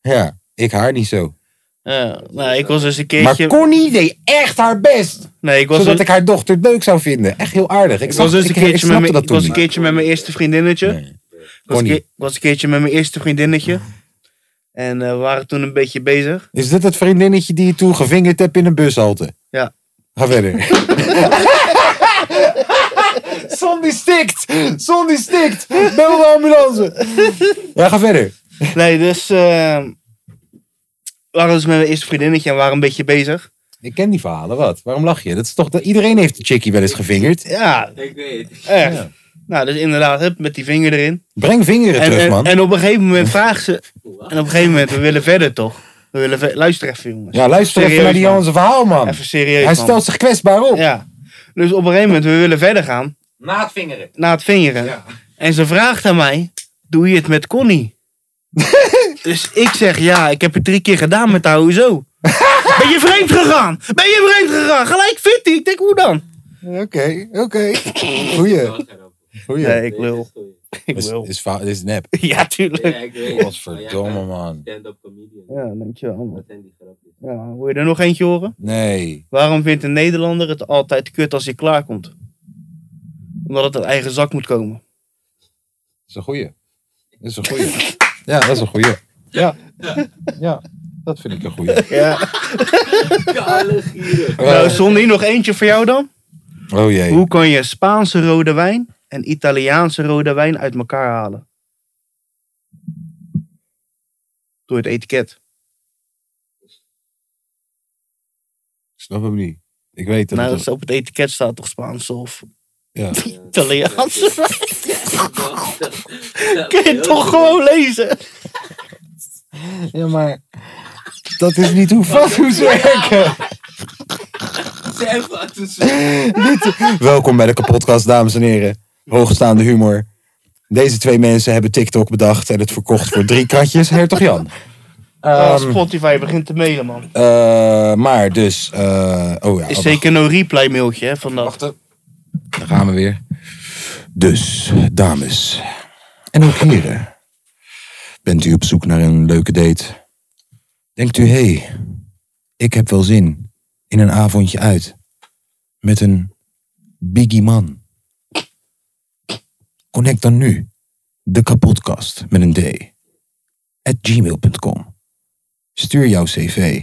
Ja, ik haar niet zo. Ja, nou, ik was dus een Maar keertje... Connie deed echt haar best. nee, ik was Zodat een- ik haar dochter leuk zou vinden. Echt heel aardig. Ik, Ik snap- was dus een ik, keertje, ik met, snapte mijn- dat ik toen was een niet. keertje met mijn eerste vriendinnetje. Nee. Ik was, een Connie. keer- ik was een keertje met mijn eerste vriendinnetje. En eh, we waren toen een beetje <laughs> bezig. Is dit het vriendinnetje die je toen gevingerd hebt in een bushalte? Ja. Ga verder. <laughs> Zon die stikt! Zon die stikt! Bel de ambulance! Ja, ga verder. Nee, dus... eh, we waren dus met mijn eerste vriendinnetje en waren een beetje bezig. Ik ken die verhalen, wat? Waarom lach je? Dat is toch dat iedereen heeft de chickie wel eens gevingerd? Ja, Ik weet. echt. Ja. Nou, dus inderdaad, hup, met die vinger erin. Breng vingeren En, terug, en, man. en op een gegeven moment vraagt ze... Wat? En op een gegeven moment, we willen verder toch? We willen ver- Luister even, jongens. ja, luister even naar Serieus, die man. onze verhaal, man. Even serieus, Hij man. stelt zich kwetsbaar op. Ja. Dus op een gegeven moment, we willen verder gaan. Na het vingeren. Na het vingeren. En ze vraagt aan mij: Doe je het met <laughs> Connie? dus ik zeg: Ja, ik heb het drie keer gedaan met haar, <laughs> hoezo? ben je vreemd gegaan? Ben je vreemd gegaan? Gelijk fit Ik denk, hoe dan? Oké, oké. Goeie, goeie. Nee, ik wil. Ik Is, <laughs> wil. is, fa- is nep. Ja, tuurlijk. Ja, ik weet. Godverdomme, man. Stand-up comedian. Ja, dankjewel. man. Wat zijn die grapjes? Ja, wil je er nog eentje horen? Nee. Waarom vindt een Nederlander het altijd kut als hij klaarkomt? Omdat het uit eigen zak moet komen. Dat is een goeie. Dat is een goeie. Ja, dat is een goeie. Ja. Ja, dat vind ik een goeie. Ja. Kale gieren. Nou, Sonny, nog eentje voor jou dan. Oh jee. Hoe kan je Spaanse rode wijn en Italiaanse rode wijn uit elkaar halen? Door het etiket. Ik snap hem niet. Ik weet dat nou, het... als op het etiket staat toch Spaanse of Ja. Italiaanse wijn? <laughs> Kun je het toch gewoon lezen? ja, maar... Dat is niet hoe fatsoens <laughs> werken. Zijn wat te zeggen. <laughs> Welkom bij de kapotkast, dames en heren. Hoogstaande humor. Deze twee mensen hebben TikTok bedacht en het verkocht voor drie katjes. Hertog Jan. Ah, Ehm, Spotify begint te mailen, man. eh, maar dus... eh, oh ja, Is wacht. zeker no reply mailtje hè, van dat. Dan gaan we weer. Dus, dames en ook heren. Bent u op zoek naar een leuke date? Denkt u, hé, hey, ik heb wel zin in een avondje uit. Met een biggie man. Connect dan nu. De kapotkast met een D. At gmail.com. Stuur jouw cv.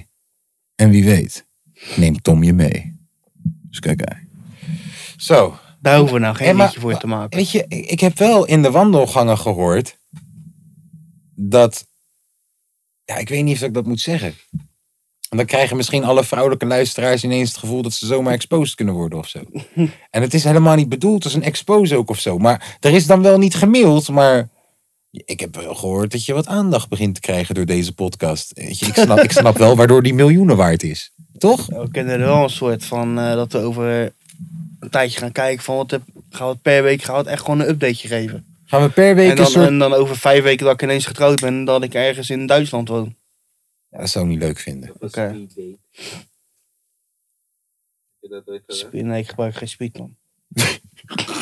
En wie weet, neemt Tom je mee. Dus kijk hij. Zo, Daar hoeven we nou geen Hey, maar- liedje voor te maken. Weet je, ik ik heb wel in de wandelgangen gehoord dat. Ja, ik weet niet of ik dat moet zeggen. En dan krijgen misschien alle vrouwelijke luisteraars ineens het gevoel dat ze zomaar exposed kunnen <laughs> worden of zo. En het is helemaal niet bedoeld als een expose ook of zo. Maar er is dan wel niet gemaild, maar ik heb wel gehoord dat je wat aandacht begint te krijgen door deze podcast. Weet je, ik, snap, ik snap wel waardoor die miljoenen waard is. Toch? We kunnen er wel een soort van eh, dat we over een tijdje gaan kijken van wat heb, gaan we het per week gaan we het echt gewoon een updateje geven. Gaan we per week En een dan, soort... en dan over vijf weken dat ik ineens getrouwd ben, dat ik ergens in Duitsland woon. Ja, dat zou ik niet leuk vinden. Dat was Oké. een idee. Heb je dat ooit gedaan? Sp- Nee, Dus ik gebruik geen speed, man. <laughs>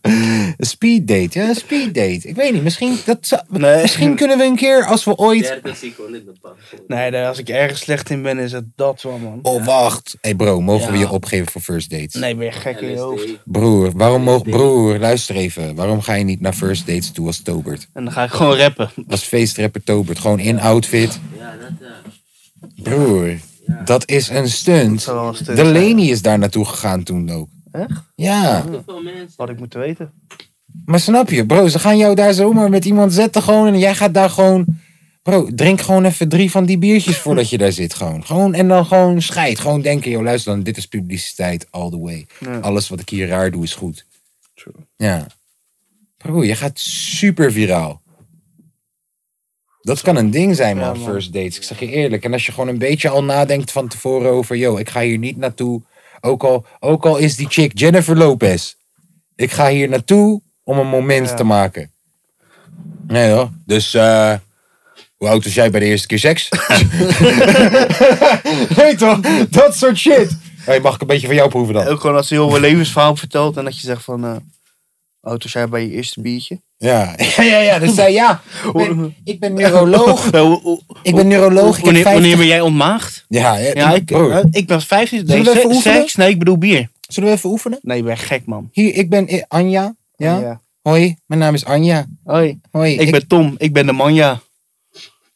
Een speeddate, ja, een speeddate. Ik weet niet, misschien, dat zou- Nee. misschien <laughs> kunnen we een keer, als we ooit... Derde seconde in de bank. Nee, nee, als ik ergens slecht in ben, is het dat wel, man. Oh, wacht. Hé hey bro, mogen we Ja. je opgeven voor first dates? Nee, ben je gek in je hoofd. LSD. Broer, waarom mogen... Date. Broer, luister even. Waarom ga je niet naar first dates toe als Tobert? En dan ga ik gewoon <laughs> rappen. Als feestrapper Tobert, gewoon in outfit. Ja, dat eh, ja. Broer, dat is een stunt. zou wel een stunt De zijn. Leni is daar naartoe gegaan toen ook. Echt? Ja, Hoeveel mensen? Had ik moeten weten. maar snap je, bro, ze gaan jou daar zomaar met iemand zetten gewoon en jij gaat daar gewoon... Bro, drink gewoon even drie van die biertjes voordat je daar zit gewoon. gewoon en dan gewoon scheid. Gewoon denken, joh, luister dan, dit is publiciteit all the way. Ja. Alles wat ik hier raar doe is goed. True. Ja. Bro, je gaat super viraal. Dat kan een ding zijn, Ja, man, man. first dates. Ik zeg je eerlijk. En als je gewoon een beetje al nadenkt van tevoren over... yo, ik ga hier niet naartoe. Ook al, ook al is die chick Jennifer Lopez. Ik ga hier naartoe om een moment Ja. te maken. Nee hoor. Dus, eh, hoe oud was jij bij de eerste keer seks? <laughs> Weet toch? Dat soort shit. Eh, Hey, mag ik een beetje van jou proeven dan? Ook gewoon als ze heel veel levensverhaal vertelt en dat je zegt van... eh oh, toen zei je bij je eerste biertje. Ja, ja, <laughs> ja. ja. Dus zij, ja. Ik ben, ik ben <laughs> <laughs> neuroloog. Eh, hoe- hoe- Ik ben neuroloog. Ik heb Wanneer, wanneer 50... ben jij ontmaagd? Ja, ja, Ja, ik, broer. eh, ik ben 15. Nee, Zullen we even se- oefenen? seks? Nee, ik bedoel bier. Zullen we even oefenen? Nee, ik ben gek, man. Hier, ik ben I- Anja. Ja? ja. Hoi, mijn naam is Anja. Hoi, Hoi. ik, ben Tom. Ik ben de man, ja.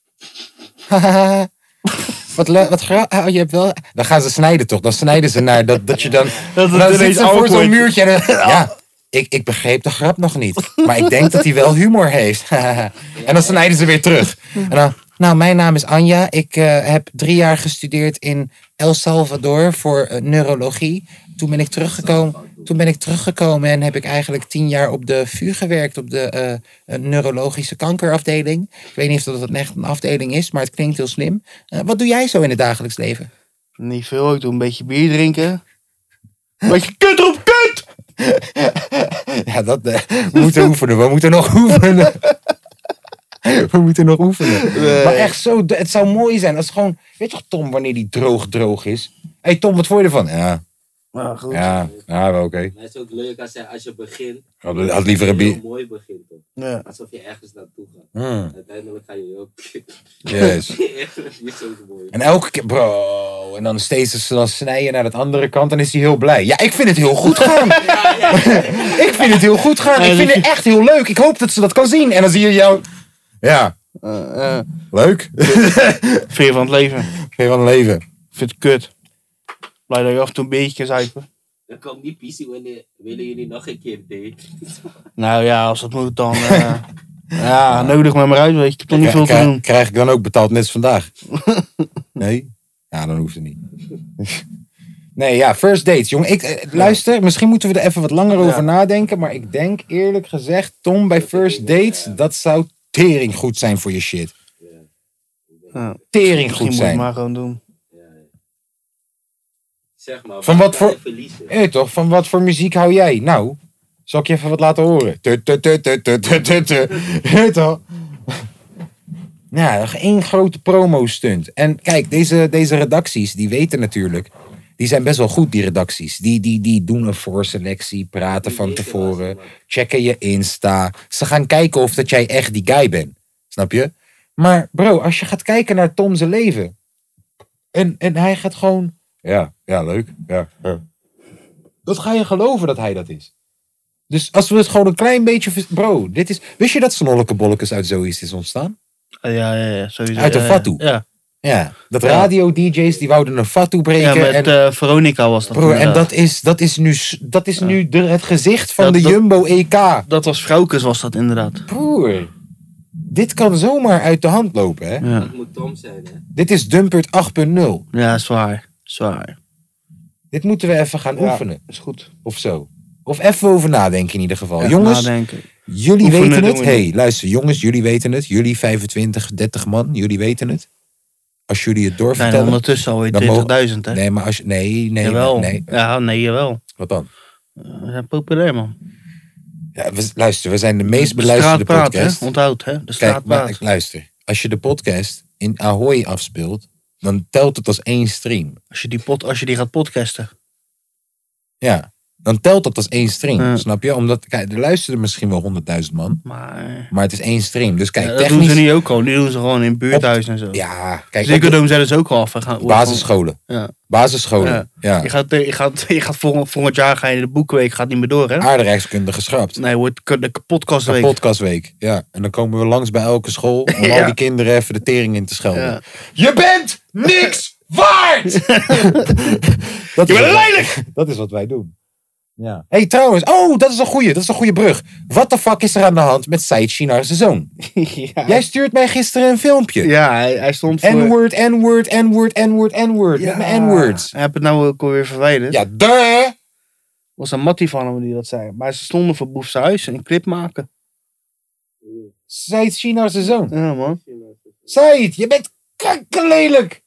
<laughs> wat leuk, wat gra- oh, je hebt wel... Dan gaan ze snijden toch? Dan snijden ze naar dat, dat je dan... Dat dan zit ze voor zo'n muurtje en dan- Ja, ik, ik begreep de grap nog niet. Maar ik denk dat hij wel humor heeft. <laughs> en dan snijden ze weer terug. En dan, nou, mijn naam is Anja. Ik eh, heb drie jaar gestudeerd in El Salvador voor eh, neurologie. Toen ben, ik teruggekomen, toen ben ik teruggekomen en heb ik eigenlijk tien jaar op de VU gewerkt. Op de eh, eh, neurologische kankerafdeling. Ik weet niet of dat echt een afdeling is, maar het klinkt heel slim. Eh, wat doe jij zo in het dagelijks leven? Niet veel, ik doe een beetje bier drinken. Een beetje kut op kut! <laughs> Ja, dat, eh, we moeten oefenen. We moeten nog oefenen. <laughs> We moeten nog oefenen. Nee. Maar echt zo, d- het zou mooi zijn als gewoon... Weet je toch Tom, wanneer die droog droog is? Hé hey Tom, wat vond je ervan? Ja, Maar goed. Ja. ja, ja wel oké. Maar het is ook leuk als je, als je begint. Had, had liever een bier. Heel mooi begint. Toch? Alsof je ergens naartoe gaat. Hmm, Uiteindelijk ga je <laughs> ook. yes. Echt, je is ook mooi. En elke keer, bro. En dan steeds als ze dan snijden naar de andere kant, dan is hij heel blij. Ja, ik vind het heel goed gaan. <laughs> ik vind het heel goed gaan. Ja, Ik vind dat het echt heel leuk. Ik hoop dat ze dat kan zien. En dan zie je jou... Ja, Eh, eh, leuk. <laughs> vind je van het leven? Geen van een leven. Vind het kut. Blij dat je af en toe een beetje kan zuipen. Dan komt die PC wanneer willen jullie nog een keer daten. Nou ja, als dat moet dan... <laughs> eh, ja, nodig maar maar uit, weet je. Ik heb toch niet veel te Krijg- doen. Krijg ik dan ook betaald net als vandaag? <laughs> nee? Ja, dan hoeft het niet. nee, ja, first dates, jongen. Ik, eh, luister, misschien moeten we er even wat langer over nadenken. Maar ik denk eerlijk gezegd, Tom, bij first dates, dat zou tering goed zijn voor je shit. Ah. Ja. Tering Misschien goed moet je het zijn. maar gewoon doen. Zeg maar. Van waar wat ga je voor- Verliezen. Hé, Eh, toch? Van wat voor muziek hou jij? Nou, zal ik je even wat laten horen? Tu, tu, tu, tu, tu, tu, tu, tu. <laughs> Hé, toch? Nou, nog één grote promo-stunt. En kijk, deze, deze redacties, die weten natuurlijk... Die zijn best wel goed, die redacties. Die, die, die doen een voorselectie, praten van weten tevoren... wat ze maken. checken je Insta. Ze gaan kijken of dat jij echt die guy bent. Snap je? Maar bro, als je gaat kijken naar Tom zijn leven... en, en hij gaat gewoon... Ja, ja, leuk. Ja, ja. Dat ga je geloven dat hij dat is. Dus als we het gewoon een klein beetje... vers- Bro, dit is... Wist je dat Snollekebollekes uit zoiets is ontstaan? Eh, ja, ja, ja, sowieso. Uit een ja, fatu. Ja, Ja. Dat Ja. radio-dj's die wouden een vat ja toebreken. met en, eh, Veronica was dat. bro, en inderdaad. dat is, dat is nu, s- dat is nu de, het gezicht van Dat- de E dat- Jumbo-EK. Dat was Vrouwkes, was dat inderdaad. Broer. Dit kan zomaar uit de hand lopen, hè? Ja, Dat moet Tom zijn, hè? Dit is Dumpert 8.0. ja zwaar. Zwaar. Dit moeten we even gaan Ja. oefenen. Is goed. Of zo. Of even over nadenken in ieder geval. Even Jongens, Nadenken. Jullie Oefenen weten doen het. we hey, luister, jongens, jullie weten het. Jullie 25, 30 man, jullie weten het. Als jullie het Zijn er doorvertellen. ondertussen alweer Dan 20.000, mogen- hè? Nee, maar als je. Nee, nee, jawel. nee. Ja, nee, jawel. Wat dan? We zijn populair, man. Ja, we, luister, we zijn de meest De beluisterde straatpraat, podcast. hè? Onthoud, hè? De Kijk, maar, straatpraat. luister. Als je de podcast in Ahoy afspeelt, dan telt het als één stream. Als je die, pod, als je die gaat podcasten. Ja, dan telt dat als één stream. Ja. Snap je? Omdat, kijk, er luisteren misschien wel 100.000 man, Maar maar het is één stream. Dus kijk, ja, dat doen technisch. ze nu ook al. Nu doen ze gewoon in buurthuis en zo. Dus Ja, kijk, op Zeker de doen ze dat ook al af. We gaan, basisscholen. Ja. Basisscholen. Ja. Je gaat, je gaat, je gaat volgend, volgend jaar ga je de boekweek gaat niet meer door, Ah, hè? Aardrijkskunde geschrapt. Nee, wordt k- de De podcastweek. podcastweek. Ja. En dan komen we langs bij elke <laughs> school om al Ja. die kinderen even de tering in te schelden. Ja. Je bent <laughs> niks waard! dat Je is bent wat wij- lelijk! <laughs> Dat is wat wij doen. Ja. hey, trouwens, oh, dat is een goeie, dat is een goeie brug. Wat de fuck is er aan de hand met Said Shinar zijn zoon? <laughs> ja, Jij stuurt mij gisteren een filmpje. ja hij, hij stond voor... N-word, N-word, N-word, N-word, N-word. Met mijn N-words. Hij heeft het nou ook alweer verwijderd. Ja, duh! was een mattie van hem die dat zei. Maar ze stonden voor Boefse Huis een clip maken. Said Shinar zijn zoon. Ja, man. Said, je bent kakkelelijk.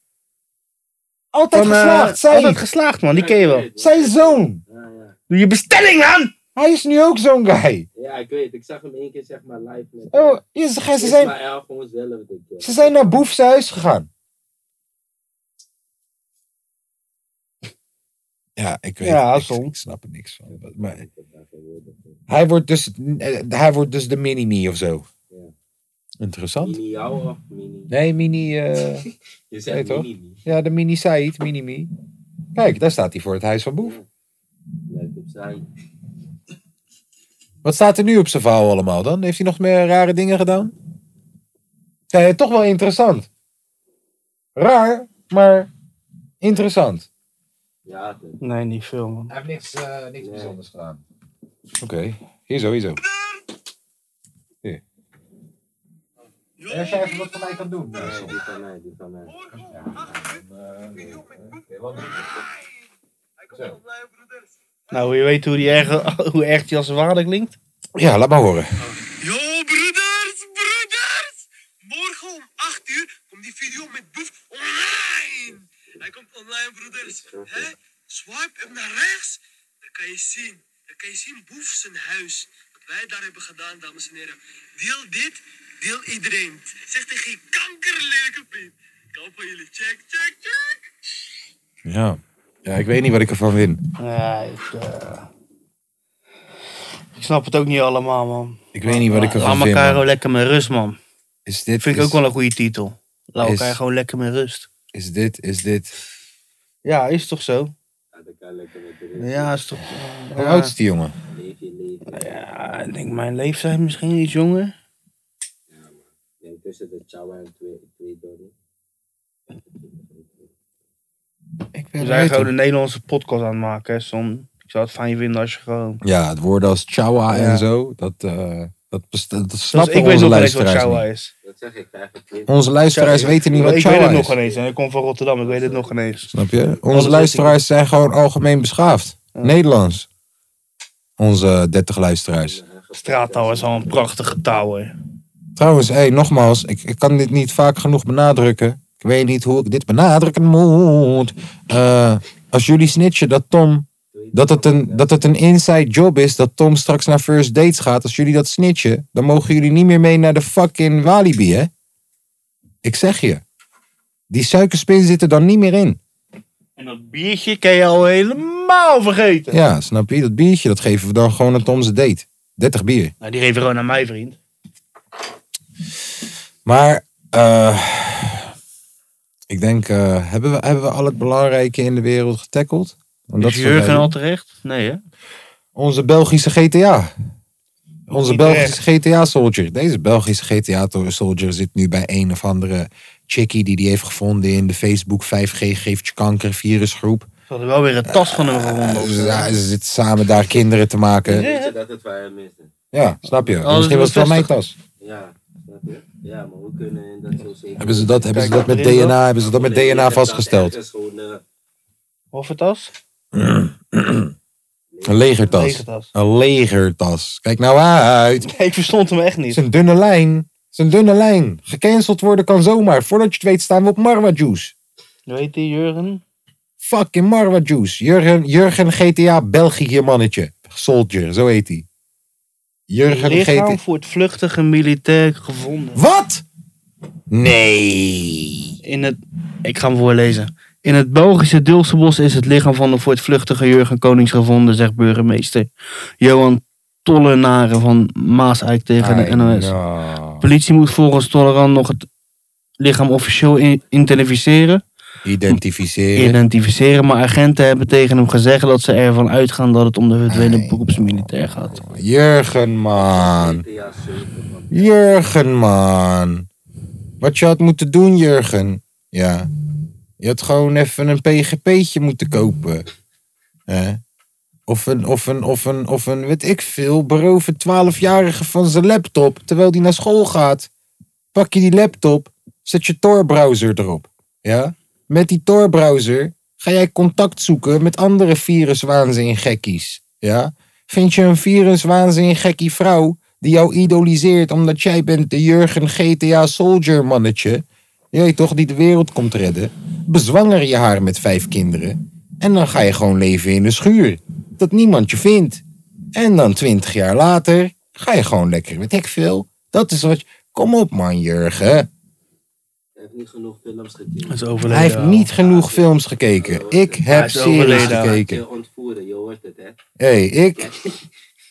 Altijd Van, eh, geslaagd, Said. Altijd geslaagd, man. Die ken je wel. Zijn zoon. Ja, ja. Doe je bestelling aan! Hij is nu ook zo'n guy. ja, ik weet. Ik zag hem één keer zeg maar live met Oh, ja, ze, gaan- ze, zijn, Ismaël gewoon zelf. Denk ik. ze zijn naar Boef's huis gegaan. Ja, ik weet Ja, ik, soms. ik snap er niks van. Maar hij, wordt dus, eh, hij wordt dus de mini-me of zo. Ja. Interessant. Mini jou of mini? Nee, mini... <laughs> eh, Je Nee, zegt toch? mini niet. ja, de mini Said, mini-me. Kijk, daar staat hij voor het huis van Boef. Lijkt op zijn. Wat staat er nu op zijn verhaal allemaal dan? Heeft hij nog meer rare dingen gedaan? Ja, toch wel interessant. Raar, maar interessant. Ja, dat- Nee, niet veel, man. Hij heeft niks, eh, niks bijzonders gedaan. Oké, hier zo, hier zo. Hier. Als jij even wat voor mij kan doen. eh, nee, soms. die van mij, die van mij. Nou, je weet hoe, die erg, <laughs> hoe erg die als een waarde klinkt. Ja, laat maar horen. Yo, broeders, broeders! Morgen om 8 uur komt die video met Boef online. Hij komt online, broeders. Hè? Swipe hem naar rechts. Dan kan je zien. Dan kan je zien Boef zijn huis. Wat wij daar hebben gedaan, dames en heren. Deel dit, deel iedereen. Zeg tegen je kankerlelijke vriend. Ik hou van jullie. Check, check, check. Ja. ja, ik weet niet wat ik ervan win. Nee, ik... eh, Ik snap het ook niet allemaal, man. Ik weet niet wat ik ervan Laat vind. elkaar man. gewoon lekker met rust, man. Is dit, Vind ik is- ook wel een goede titel. Laat is- elkaar gewoon lekker met rust. Is dit, is dit. Ja, is toch zo? Ja, dat kan lekker met de rest. Ja, is toch... Hoe oud is die jongen? Leef je leven. Ja, ik denk mijn leeftijd misschien iets jonger. Ik denk tussen de chow en twee, twee dollar. Ik ben We zijn gewoon de Nederlandse podcast aan het maken, hè, Son. Ik zou het fijn vinden als je gewoon... Ja, het woorden als chawa Ja. en zo, dat, eh dat, best- dat Dus snappen ik weet onze nog eens wat luisteraars Chawa niet. is. Dat zeg ik eigenlijk. Onze luisteraars Ik- weten niet ik wat weet chawa het is. nog ineens. En ik kom van Rotterdam, ik weet het nog ineens. Snap je? weet Onze ik luisteraars zijn gewoon algemeen beschaafd. Nederlands. Onze 30 eh, luisteraars. Straattaal is al een prachtige touw, hè. Trouwens, hey, nogmaals, ik, ik kan dit niet vaak genoeg benadrukken. Ik weet niet hoe ik dit benadrukken moet. Eh, als jullie snitchen dat Tom. Dat het, een, dat het een inside job is dat Tom straks naar first dates gaat. Als jullie dat snitchen, dan mogen jullie niet meer mee naar de fucking Walibi, hè? Ik zeg je. Die suikerspin zit er dan niet meer in. En dat biertje kan je al helemaal vergeten. Ja, snap je? Dat biertje, dat geven we dan gewoon aan Tom zijn date. 30 bier. Nou, die geven gewoon aan mij, vriend. Maar eh, ik denk, eh, hebben, we, hebben we al het belangrijke in de wereld getackeld? Want Is is wat wij Jurgen doen. al terecht? Nee, hè? Onze Belgische GTA. Onze Niet Belgische GTA-soldier. Deze Belgische GTA-soldier zit nu bij een of andere chickie die die heeft gevonden in de Facebook 5G geeft je kanker virusgroep. Eh, Ze hadden wel weer een tas van hem gevonden. of zo. Ze, ze zitten samen daar kinderen te maken. Weet je dat het van hem is? hè? Ja, snap je? Oh, Misschien was dat het wel is mijn tas. Ja, snap je? Ja, maar hoe kunnen dat zo zeker? Hebben ze dat, hebben ze Kijk, dat met erin, DNA, hebben ze dat met DNA vastgesteld? Dat is gewoon eh, een Of een tas? Een legertas. Lege tas. Een legertas. Kijk nou uit. Het Nee, <laughs> ik verstond hem echt is niet. een dunne lijn. Het is een dunne lijn. Gecanceld worden kan zomaar. Voordat je het weet staan we op Marwa Juice. Weet je, Jurgen? Fucking Marwa Juice. Jurgen, Jurgen GTA België mannetje. Soldier, zo heet hij. Jurgen Lichaam vergeten. voor het vluchtige militair gevonden. Wat? Nee. In het, ik ga hem voorlezen. In het Belgische Dilsenbos is het lichaam van de voortvluchtige Jurgen Konings gevonden, zegt burgemeester Johan Tollenaren van Maaseik tegen de NOS. Ja. Politie moet volgens Tolleran nog het lichaam officieel in- identificeren, Identificeren. identificeren, maar agenten hebben tegen hem gezegd dat ze ervan uitgaan dat het om de verdwenen Ai. beroepsmilitair gaat. Jurgen, man. GTA 7, man. Jurgen, man. Wat je had moeten doen, Jurgen. Ja. Je had gewoon even een PGP'tje moeten kopen. hè? Of een, of een, of een, of een, weet ik veel, beroof een 12-jarige van zijn laptop terwijl die naar school gaat. Pak je die laptop, zet je Tor-browser erop. Ja? Met die Tor-browser ga jij contact zoeken met andere viruswaanzin-gekkies. Ja? Vind je een viruswaanzin-gekkie vrouw die jou idoliseert omdat jij bent de Jurgen GTA Soldier mannetje. Jij toch, die de wereld komt redden. Bezwanger je haar met vijf kinderen. En dan ga je gewoon leven in de schuur. Dat niemand je vindt. En dan twintig jaar later ga je gewoon lekker, weet ik veel. Dat is wat... je- Kom op man, Jurgen. Hij heeft niet genoeg films Hij gekeken. is overleden. Hij heeft niet genoeg films gekeken. Ik heb Hij is series overleden. gekeken. Je ontvoeren, je hoort het, hè? hey, ik,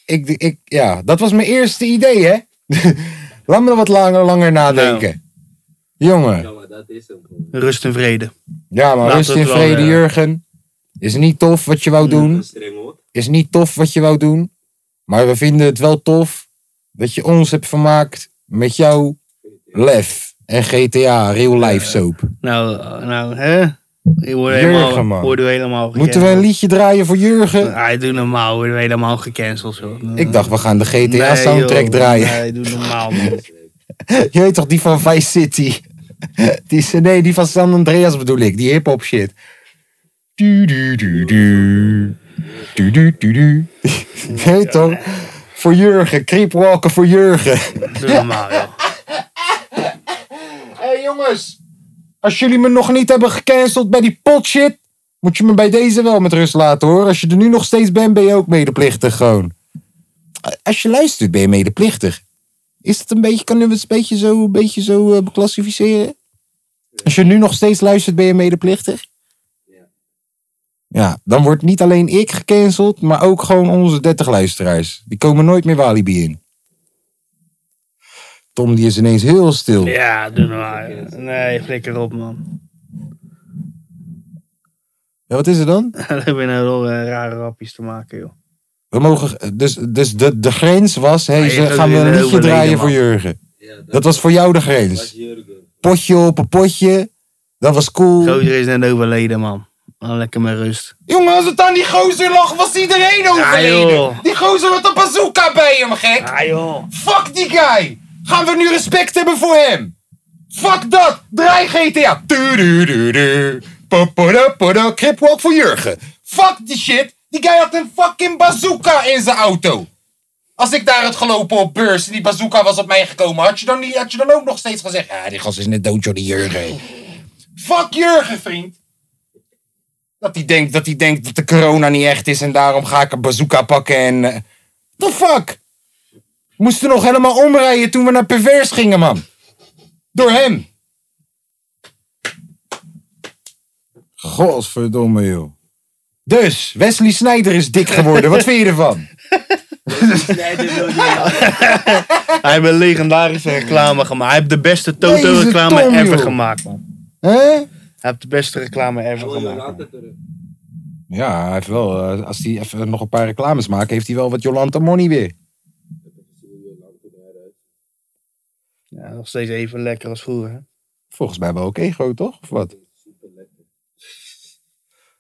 ik, ik... Ja, dat was mijn eerste idee, hè? <laughs> Laat me wat langer, langer nadenken. Jongen. Ja, maar dat is hem. gewoon. Rust en vrede. Ja, maar Laten rust we het in wel, vrede, eh, Mm. Jurgen. Is niet tof wat je wou doen. Streng hoor. Is niet tof wat je wou doen. Maar we vinden het wel tof dat je ons hebt vermaakt met jouw lef en GTA, real life soap. Nou, nou, hè? Je wordt Jurgen, helemaal, man. wordt helemaal Moeten we een liedje draaien voor Jurgen? <laughs> Hij doet normaal, worden we helemaal gecanceld. Joh. Ik dacht, we gaan de GTA Nee, soundtrack joh. draaien. Nee, doe normaal, man. <laughs> Je weet toch, die van Vice City? <laughs> Die, is- nee, die van San Andreas bedoel ik, die hip-hop shit. Du, du, du, du. Du, du, du, du. <laughs> Je weet toch? Voor Jurgen, creepwalken voor Jurgen. Doe normaal, joh. Hé hey jongens, als jullie me nog niet hebben gecanceld bij die potshit, moet je me bij deze wel met rust laten hoor. Als je er nu nog steeds bent, ben je ook medeplichtig gewoon. Als je luistert, ben je medeplichtig. Is dat een beetje, kunnen we het een beetje zo, een beetje zo eh, beclassificeren? Als je nu nog steeds luistert, ben je medeplichtig? Ja. Ja, dan wordt niet alleen ik gecanceld, maar ook gewoon onze 30 luisteraars. Die komen nooit meer Walibi in. Tom die is ineens heel stil. Ja, doe normaal. joh. Nee, flikker op, man. <laughs> Ja, wat is er dan? Dan heb je nou wel eh, rare rappies te maken, joh. We mogen, dus dus de, de grens was, hey, Maar je ze, hebt gaan we het een in de liedje overleden, draaien man. voor Jurgen. Ja, Dat was voor jou de dat was grens. <laughs> Jurgen. Potje op een potje, dat was cool. Gozer is net overleden, man. Maar lekker met rust. Jongen, als het aan die gozer lag, was iedereen Ja, joh. die gozer had een bazooka bij hem, gek. Ah, joh. Fuck die guy. Gaan we nu respect hebben voor hem? Fuck dat. Draai GTA. Du-du-du-du. Pa-pa-da-pa-da. Cripwalk voor Jurgen. Fuck die shit. Die guy had een fucking bazooka in zijn auto. Als ik daar had gelopen op beurs en die bazooka was op mij gekomen, had je dan, niet, had je dan ook nog steeds gezegd: Ja, die gast is net dood, joh, die Jurgen. Fuck Jurgen, vriend. Dat hij denkt dat, hij denkt dat de corona niet echt is en daarom ga ik een bazooka pakken en. eh, the fuck? moesten nog helemaal omrijden toen we naar Pervers gingen, man. Door hem. Godverdomme, joh. Dus, Wesley Snijder is dik geworden. Wat vind je ervan? Snijder wil niet. Hij heeft een legendarische reclame gemaakt. Hij heeft de beste Toto-reclame Deze Tom, ever joh. gemaakt, man. <laughs> Hè? Hij heeft de beste reclame Hij ever wil gemaakt. man. Jolante terug. Ja, hij heeft wel, eh, als hij even nog een paar reclames maakt, heeft hij wel wat Jolanta Money weer. Ze wil Jolante eruit. Ja, nog steeds even lekker als vroeger. hè. Volgens mij wel oké, groot toch? Of wat? Super lekker.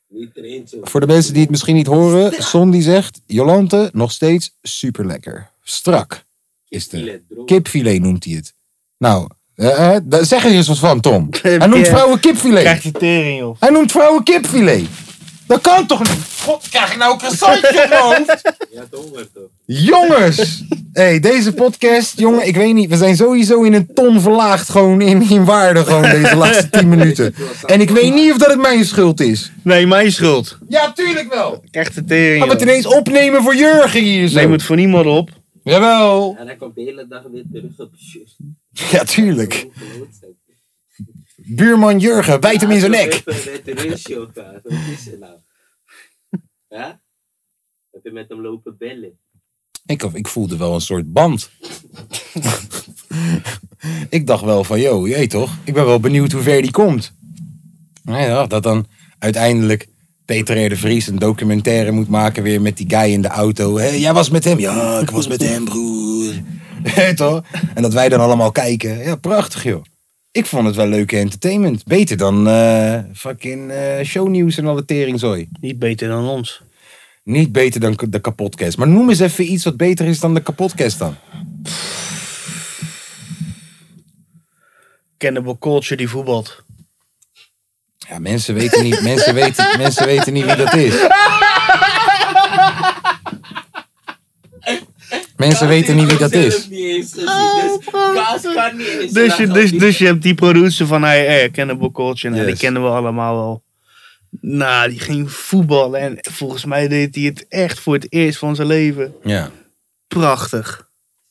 Niet traint zo. Voor de mensen die het misschien niet horen, Son die zegt, Jolante nog steeds super lekker. Strak is de Let droog. Kipfilet noemt hij het. Nou, eh, eh, daar zeg er eens wat van, Tom. Hij noemt Ja. vrouwen Krijg kipfilet. je tering, joh. Hij noemt vrouwen kipfilet. Dat kan toch niet? God, krijg ik nou een croissantje in mijn hoofd? Ja, toch hoor toch. Jongens! hey, deze podcast, jongen, ik weet niet. We zijn sowieso in een ton verlaagd gewoon in, in waarde gewoon deze <laughs> laatste 10 minuten. En ik weet niet of dat het mijn schuld is. Nee, mijn schuld. Ja, tuurlijk wel. Ik krijg de tering. Gaan we het joh. ineens opnemen voor Jurgen hier zo. Neem het voor niemand op. Jawel. En hij komt de hele dag weer terug op shirt. Ja, tuurlijk. Buurman Jurgen, bijt hem in zijn nek. Met de reusshoka, wat is er nou? <laughs> Ja? Heb je met hem lopen bellen? Ik, ik voelde wel een soort band. ik dacht wel van, joh, jee toch? Ik ben wel benieuwd hoe ver die komt. Nou ja, dat dan uiteindelijk Peter R. de Vries een documentaire moet maken weer met die guy in de auto. Hé, jij was met hem? Ja, ik was met hem, broer. <laughs> Hé, toch? En dat wij dan allemaal kijken. Ja, prachtig, joh. Ik vond het wel leuke entertainment. Beter dan eh, fucking eh, shownieuws en alle teringzooi. Niet beter dan ons. Niet beter dan de kapotcast. Maar noem eens even iets wat beter is dan de kapotcast dan. Cannibal Culture die voetbalt. Ja, mensen weten niet, mensen weten, mensen weten niet wie dat is. Mensen weten niet wie dat is. Oh, Ik heb hem niet eens gezien, dus Kaas kan niet eens. Dus je, lachen dus, op die- dus je hebt die producer van IR, Cannibal Culture. Nou, Yes. die kennen we allemaal wel. Nou, die ging voetballen. En volgens mij deed hij het echt voor het eerst van zijn leven. Ja, Prachtig.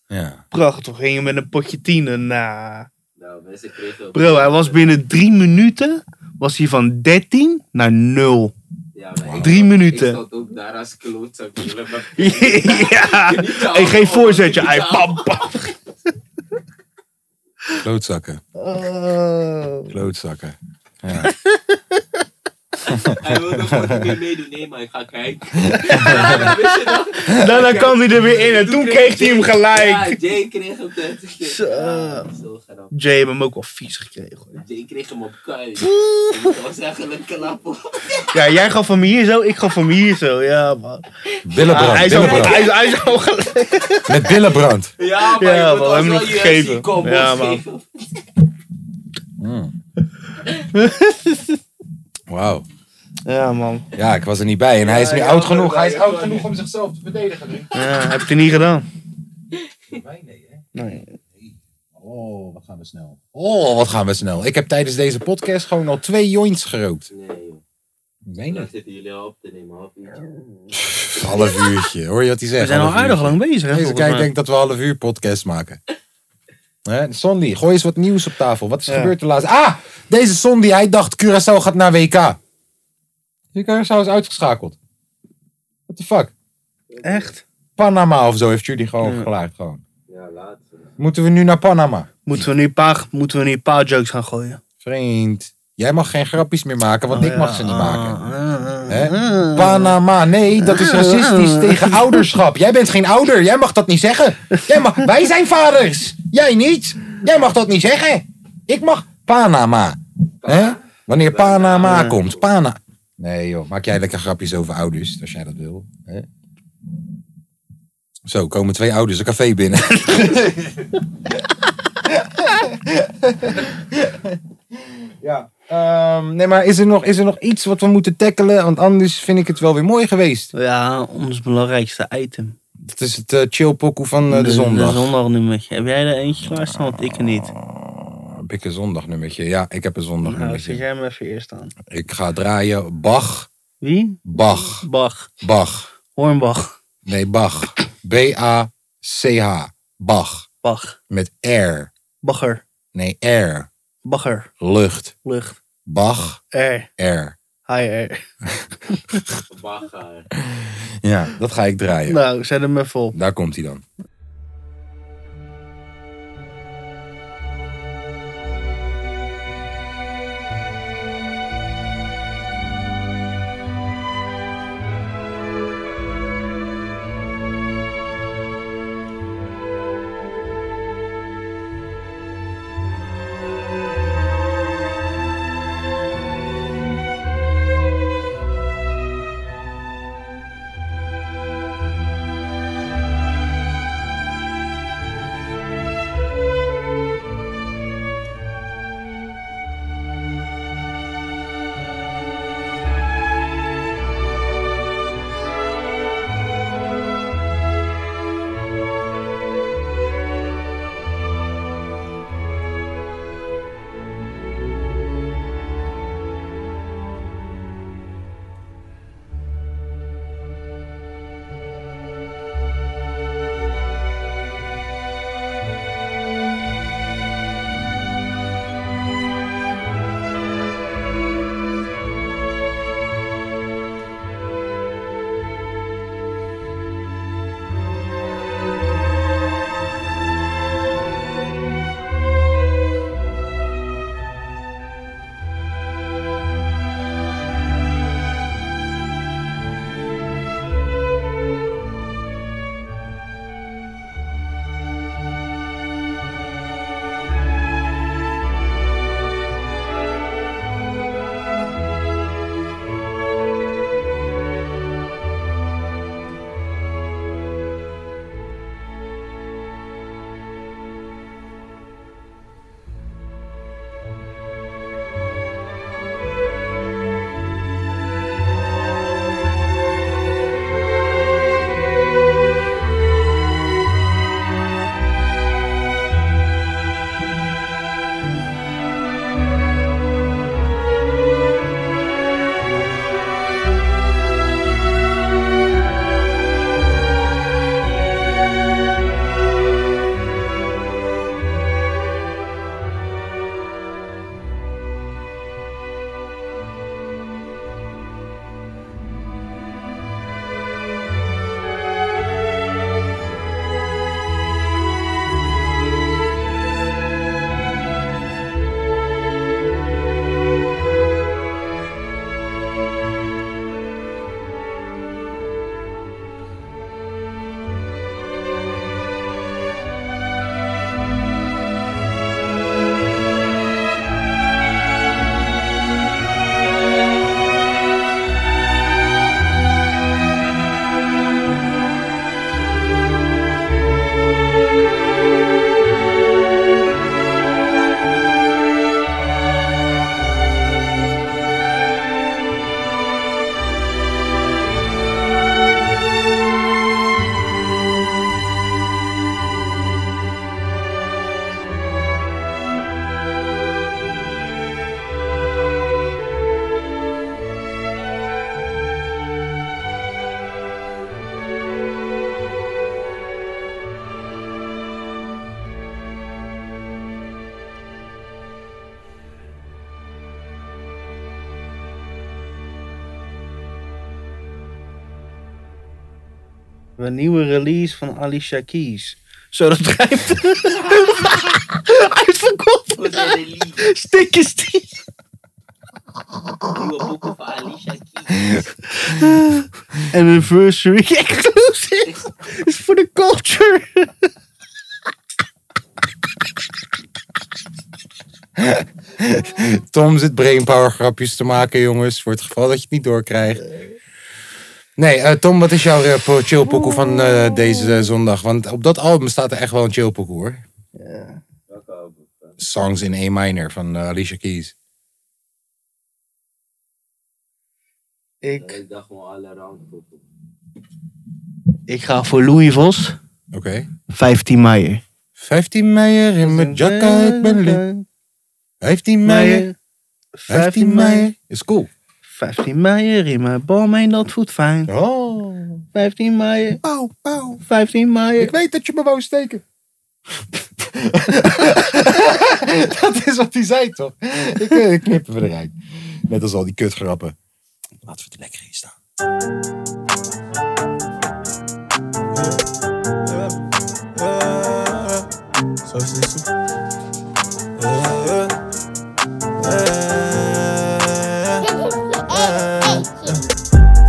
ja. Prachtig. Ging hij met een potje tienen. Nou. Nou, mensen kregen ook- Bro, hij was binnen drie minuten... was hij van 13 naar <laughs> 0. Ja, maar ik- Drie minuten. Ik zat ook daar als klootzak. maar- <laughs> ja. Hey, geen voorzetje. Hij pam, pam. Klootzakken, Oh. klootzakken. Hij wilde gewoon niet meer meedoen. Nee, maar ik ga kijken. Ja, dat wist je nog. Nou, dan kwam hij er weer in. En toen kreeg hij hem Ja, gelijk. Jay kreeg hem tegen. Zo. Ja, Zo grappig. Jay heeft hem ook wel vies gekregen. hoor. Jay kreeg hem op <laughs> kuit. Dat was eigenlijk klap op. Ja, jij gaf hem hier zo, ik gaf hem hier zo. Ja, man. Ah, hij Billenbrand, is al billenbrand. hij is- hij is al gelijk. Met billenbrand. Ja, maar Ja, je moet man, ons hem wel nog UFC gegeven. combos Ja, man. geven. Hmm. Wauw. Ja, man. Ja, ik was er niet bij en hij is nu Ja, oud ja, genoeg. Hij is ja, oud ja. genoeg om zichzelf te verdedigen nu. Ja, heb je het niet gedaan? Nee. Oh, wat gaan we snel. Oh, wat gaan we snel. Ik heb tijdens deze podcast gewoon al twee joints gerookt. Nee, joh. Ik weet Dan niet. zitten jullie al op te nemen. half uurtje. Een half uurtje. Hoor je wat hij zegt? We zijn al Half aardig uurtje. lang bezig, hè? Deze volgens kijk mij. denkt dat we half uur podcast maken. <laughs> Hè? Sondi, gooi eens wat nieuws op tafel. Wat is Ja. gebeurd de laatste... Ah! Deze Sondi, hij dacht Curaçao gaat naar WK. Die Curaçao is uitgeschakeld. What the fuck? Echt? Panama of zo heeft jullie gewoon Ja. gelijk gewoon. Ja, laat. Moeten we nu naar Panama? Moeten we nu paar, moeten we nu paar jokes gaan gooien? Vriend, jij mag geen grapjes meer maken, want Oh, ik mag ze niet maken. Hè? maken. Panama, nee, dat is racistisch Ah. tegen ouderschap. Jij bent geen ouder, jij mag dat niet zeggen. Jij mag, wij zijn vaders, jij niet. Jij mag dat niet zeggen. Ik mag Panama. Hè? Wanneer Panama Panama. komt, Pana. Nee joh, maak jij lekker grapjes over ouders, als jij dat wil. Hè? Zo, komen twee ouders een café <laughs> binnen. ja. ehm, nee, maar is er, nog, is er nog iets wat we moeten tackelen? Want anders vind ik het wel weer mooi geweest. Ja, ons belangrijkste item. Dat is het eh, chill pokoe van eh, de, De zondag. zondagnummer. Heb jij er eentje klaarstaan? Want ik er niet. Heb ik een zondagnummertje? Ja, ik heb Nou, een zet zondagnummertje. jij hem even eerst aan. Ik ga draaien. Bach, Wie? Bach, Bach. Bach. Hornbach. Nee, Bach. B-A-C-H. Bach. Bach. Met air. Bagger. Nee, air. Bagger. Lucht. Lucht. Bach, R. air. Hi R. Bagger. Ja, dat ga ik draaien. Nou, zet hem even op. Daar komt hij dan. Een nieuwe release van Alicia Keys. Zo, dat drijft. <laughs> Uitverkocht. Wat een relief. Stikjes die. Nieuwe boeken van Alicia Keys. Anniversary exclusive. <laughs> Is voor de culture. Tom zit brainpower grapjes te maken, jongens. Voor het geval dat je het niet doorkrijgt. Nee, eh, Tom, wat is jouw eh, po- chillpokoe van eh, deze eh, zondag? Want op dat album staat er echt wel een chillpokoe, hoor. Welke album? Songs in A minor van eh, Alicia Keys. Ik, Ik dacht gewoon alle randboeken. ik ga voor Louis Vos. Oké. 15 mei. 15 meijer in mijn jacka, ik ben lid. 15 meijer, 15 meijer. Is cool. 15 mei in mijn bom en dat voelt fijn. Oh. 15 mei, Pauw, pauw. 15 mei. Ik weet dat je me wou steken. <laughs> dat is wat hij zei, toch? Ik, eh, ik knip hem eruit. Net als al die kutgrappen. Laten we het lekker in staan. Zo is het. Eh, eh, eh.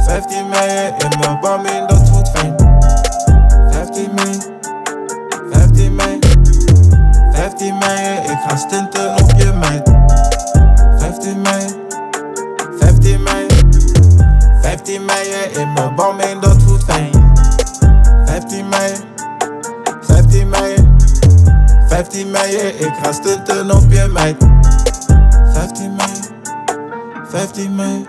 15 mei in mijn bam in dat voelt fijn. 15 mei, 15 mei, 15 mei, ik ga stinten op je meid. 15 mei, 15 mei, 15 mei in mijn bam in dat voelt fijn. 15 mei, 15 mei, 15 mei, ik ga stunten op je meid. 15 mei, 15 mei.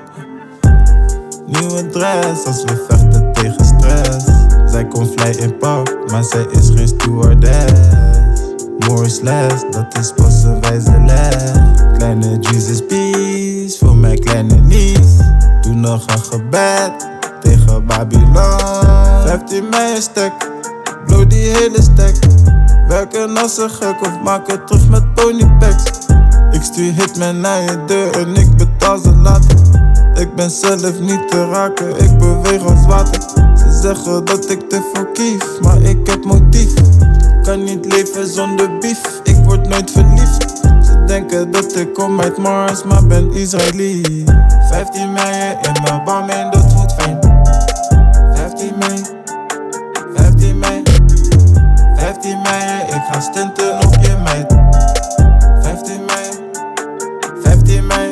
Nieuwe dress als we vechten tegen stress. Zij komt fly in pak, maar zij is geen stewardess. More is less, dat is pas een wijze les. Kleine Jesus peace voor mijn kleine nies. Doe nog een gebed tegen Babylon. 15 mei een stek, blow die hele stek. Werken als een gek of maken terug met ponypacks. Ik stuur hitmen naar je deur en ik betaal ze later. Ik ben zelf niet te raken, ik beweeg als water. Ze zeggen dat ik te veel kief, maar ik heb motief. Kan niet leven zonder bief, ik word nooit verliefd. Ze denken dat ik kom uit Mars, maar ben Israëli. 15 mei in mijn bam en dat voelt fijn. 15 mei, 15 mei, 15 mei, ik ga stunten op je meid. 15 mei, 15 mei.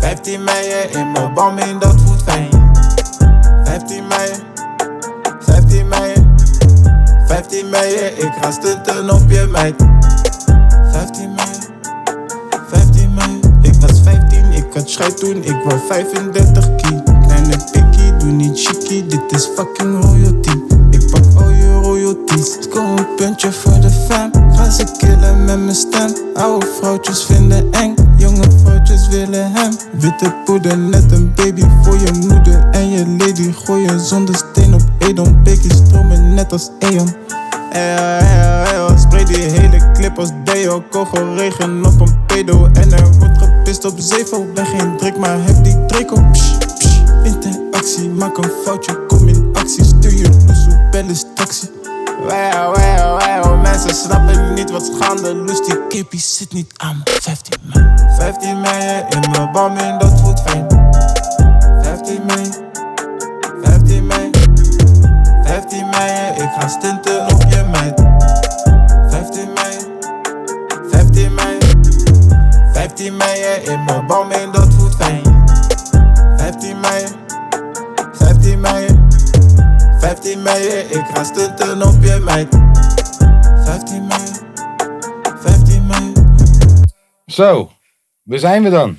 15 mei in mijn bam en dat voelt fijn. 15 mei, 15 mei, 15 mei, ik ga stunten op je meid. 15 mei, 15 mei, ik was 15, ik had scheid toen, ik wou 35 key. Kleine pikkie, doe niet chicky, dit is fucking royalty. Ik pak al je royalties, score een puntje voor de fam. Ga ze killen met mijn stem, oude vrouwtjes vinden eng. Jonge vrouwtjes willen hem. Witte poeder, net een baby voor je moeder en je lady. Gooi een zonnesteen op Edom, pikkie stromen net als Eon. Eyo, eyo, eyo, oh, spray die hele clip als Deo Kogel regen op een pedo En er wordt gepist op zevel Ben geen drink, maar heb die drink op psh, psh. Interactie, maak een foutje, kom in actie Stuur je loesoe, bel eens taxi Wow, wow, wow, mensen snappen niet wat gaande Loes die kippie zit niet aan me 15 mei 15 mei in mijn bam en dat voelt fijn 15 mei 15 mei 15 mei, ik ga stunten op je meid. 15 mei, 15 mei, 15 mei, in mijn bal en dat voelt fijn. 15 mei, 15 mei, 15 mei, ik ga stunten op je meid. 15 mei, 15 mei. Zo, waar zijn we dan?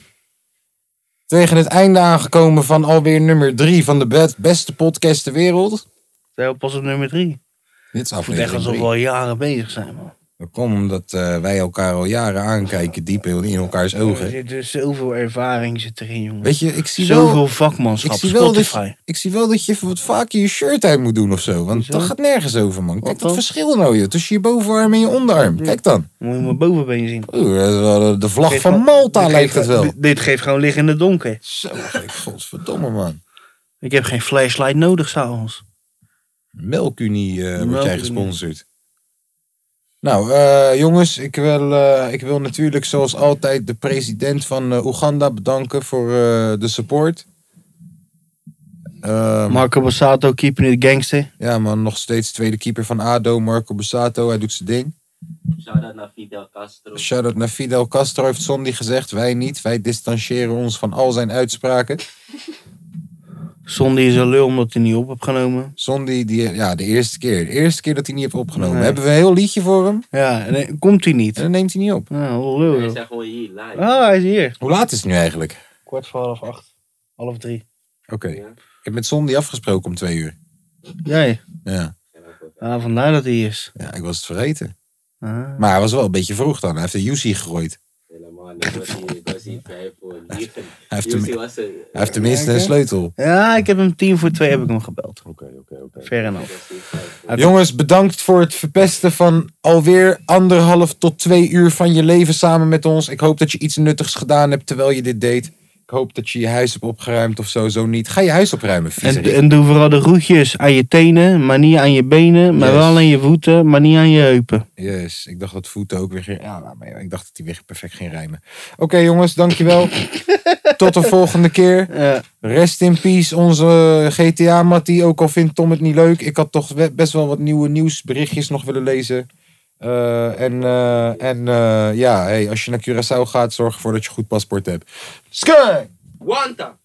Tegen het einde aangekomen van alweer nummer 3 van de be- beste podcast ter wereld. Zijn we pas op nummer 3. Dit Het is voelt echt aflevering alsof we 3. al jaren bezig zijn, man. Dat komt omdat eh, wij elkaar al jaren aankijken, diep in elkaars Er ogen. zit dus zoveel ervaring zit erin, jongen. Weet je, ik zie zoveel wel... vakmanschap. Ik zie, wel dat Spotify. je, ik zie wel dat je wat vaker je shirt uit moet doen of zo. Want Hoezo? dat gaat nergens over, man. Kijk Wat dat dan? verschil nou, joh. Tussen je bovenarm en je onderarm. Kijk dan. Moet je mijn bovenbeen zien. Oeh, dat is wel de- de vlag Dit van gewoon- Malta dit lijkt het geeft- wel. Dit, dit geeft gewoon liggen in het donker. Zo, gek, godverdomme, man. Ik heb geen flashlight nodig s'avonds. Melkunie eh word jij Melkunie. gesponsord. Nou, eh, jongens, ik wil, eh, ik wil natuurlijk zoals altijd de president van eh, Oeganda bedanken voor eh, de support. Ehm, Marco Bassato, keeping it gangster. ja, man, nog steeds tweede keeper van ADO, Marco Bussato. Hij doet zijn ding. Shout-out naar Fidel Castro. Shout-out naar Fidel Castro heeft Sondi gezegd. Wij niet. Wij distancieren ons van al zijn uitspraken. Sondi is een lul omdat hij niet op heb genomen. Sondi, die, ja, de eerste keer. De eerste keer dat hij niet heeft opgenomen. Nee. Hebben we een heel liedje voor hem. Ja, en dan komt hij niet. En dan neemt hij niet op. Nou, Hij lul. joh. zijn gewoon hier live. Ah, hij is hier. Hoe laat is het nu eigenlijk? Kwart voor half acht. Half drie. Oké. Ja. Ik heb met Sondi afgesproken om twee uur. Jij. Ja. Ah, vandaar dat hij is. ja, ik was het vergeten. Ah. Maar hij was wel een beetje vroeg dan. Hij heeft de Yusi gegooid. Helemaal niet. was hier- Ik was hier bij voor negen. Hij heeft, Jussie hem- was er. hij heeft tenminste een sleutel. Ja, ik heb hem tien voor twee heb ik hem gebeld. Oké, oké, oké. Ver en Ik af. was hier bij voor- Jongens, bedankt voor het verpesten van alweer anderhalf tot twee uur van je leven samen met ons. Ik hoop dat je iets nuttigs gedaan hebt terwijl je dit deed. Ik hoop dat je je huis hebt opgeruimd of zo, zo niet. Ga je huis opruimen, En, viezerik. en doe vooral de roetjes aan je tenen, maar niet aan je benen, maar Yes. wel aan je voeten, maar niet aan je heupen. Yes, ik dacht dat voeten ook weer ging... Ja, laat maar, joh. ik dacht dat die weer perfect ging rijmen. Oké jongens, <laughs> dankjewel. tot de volgende keer. Ja. Rest in peace, onze GTA-mattie. Ook al vindt Tom het niet leuk. Ik had toch we- best wel wat nieuwe nieuwsberichtjes nog willen lezen. Eh, en eh, en eh, ja, hey, als je naar Curaçao gaat, zorg ervoor dat je een goed paspoort hebt. Sky! Wanta!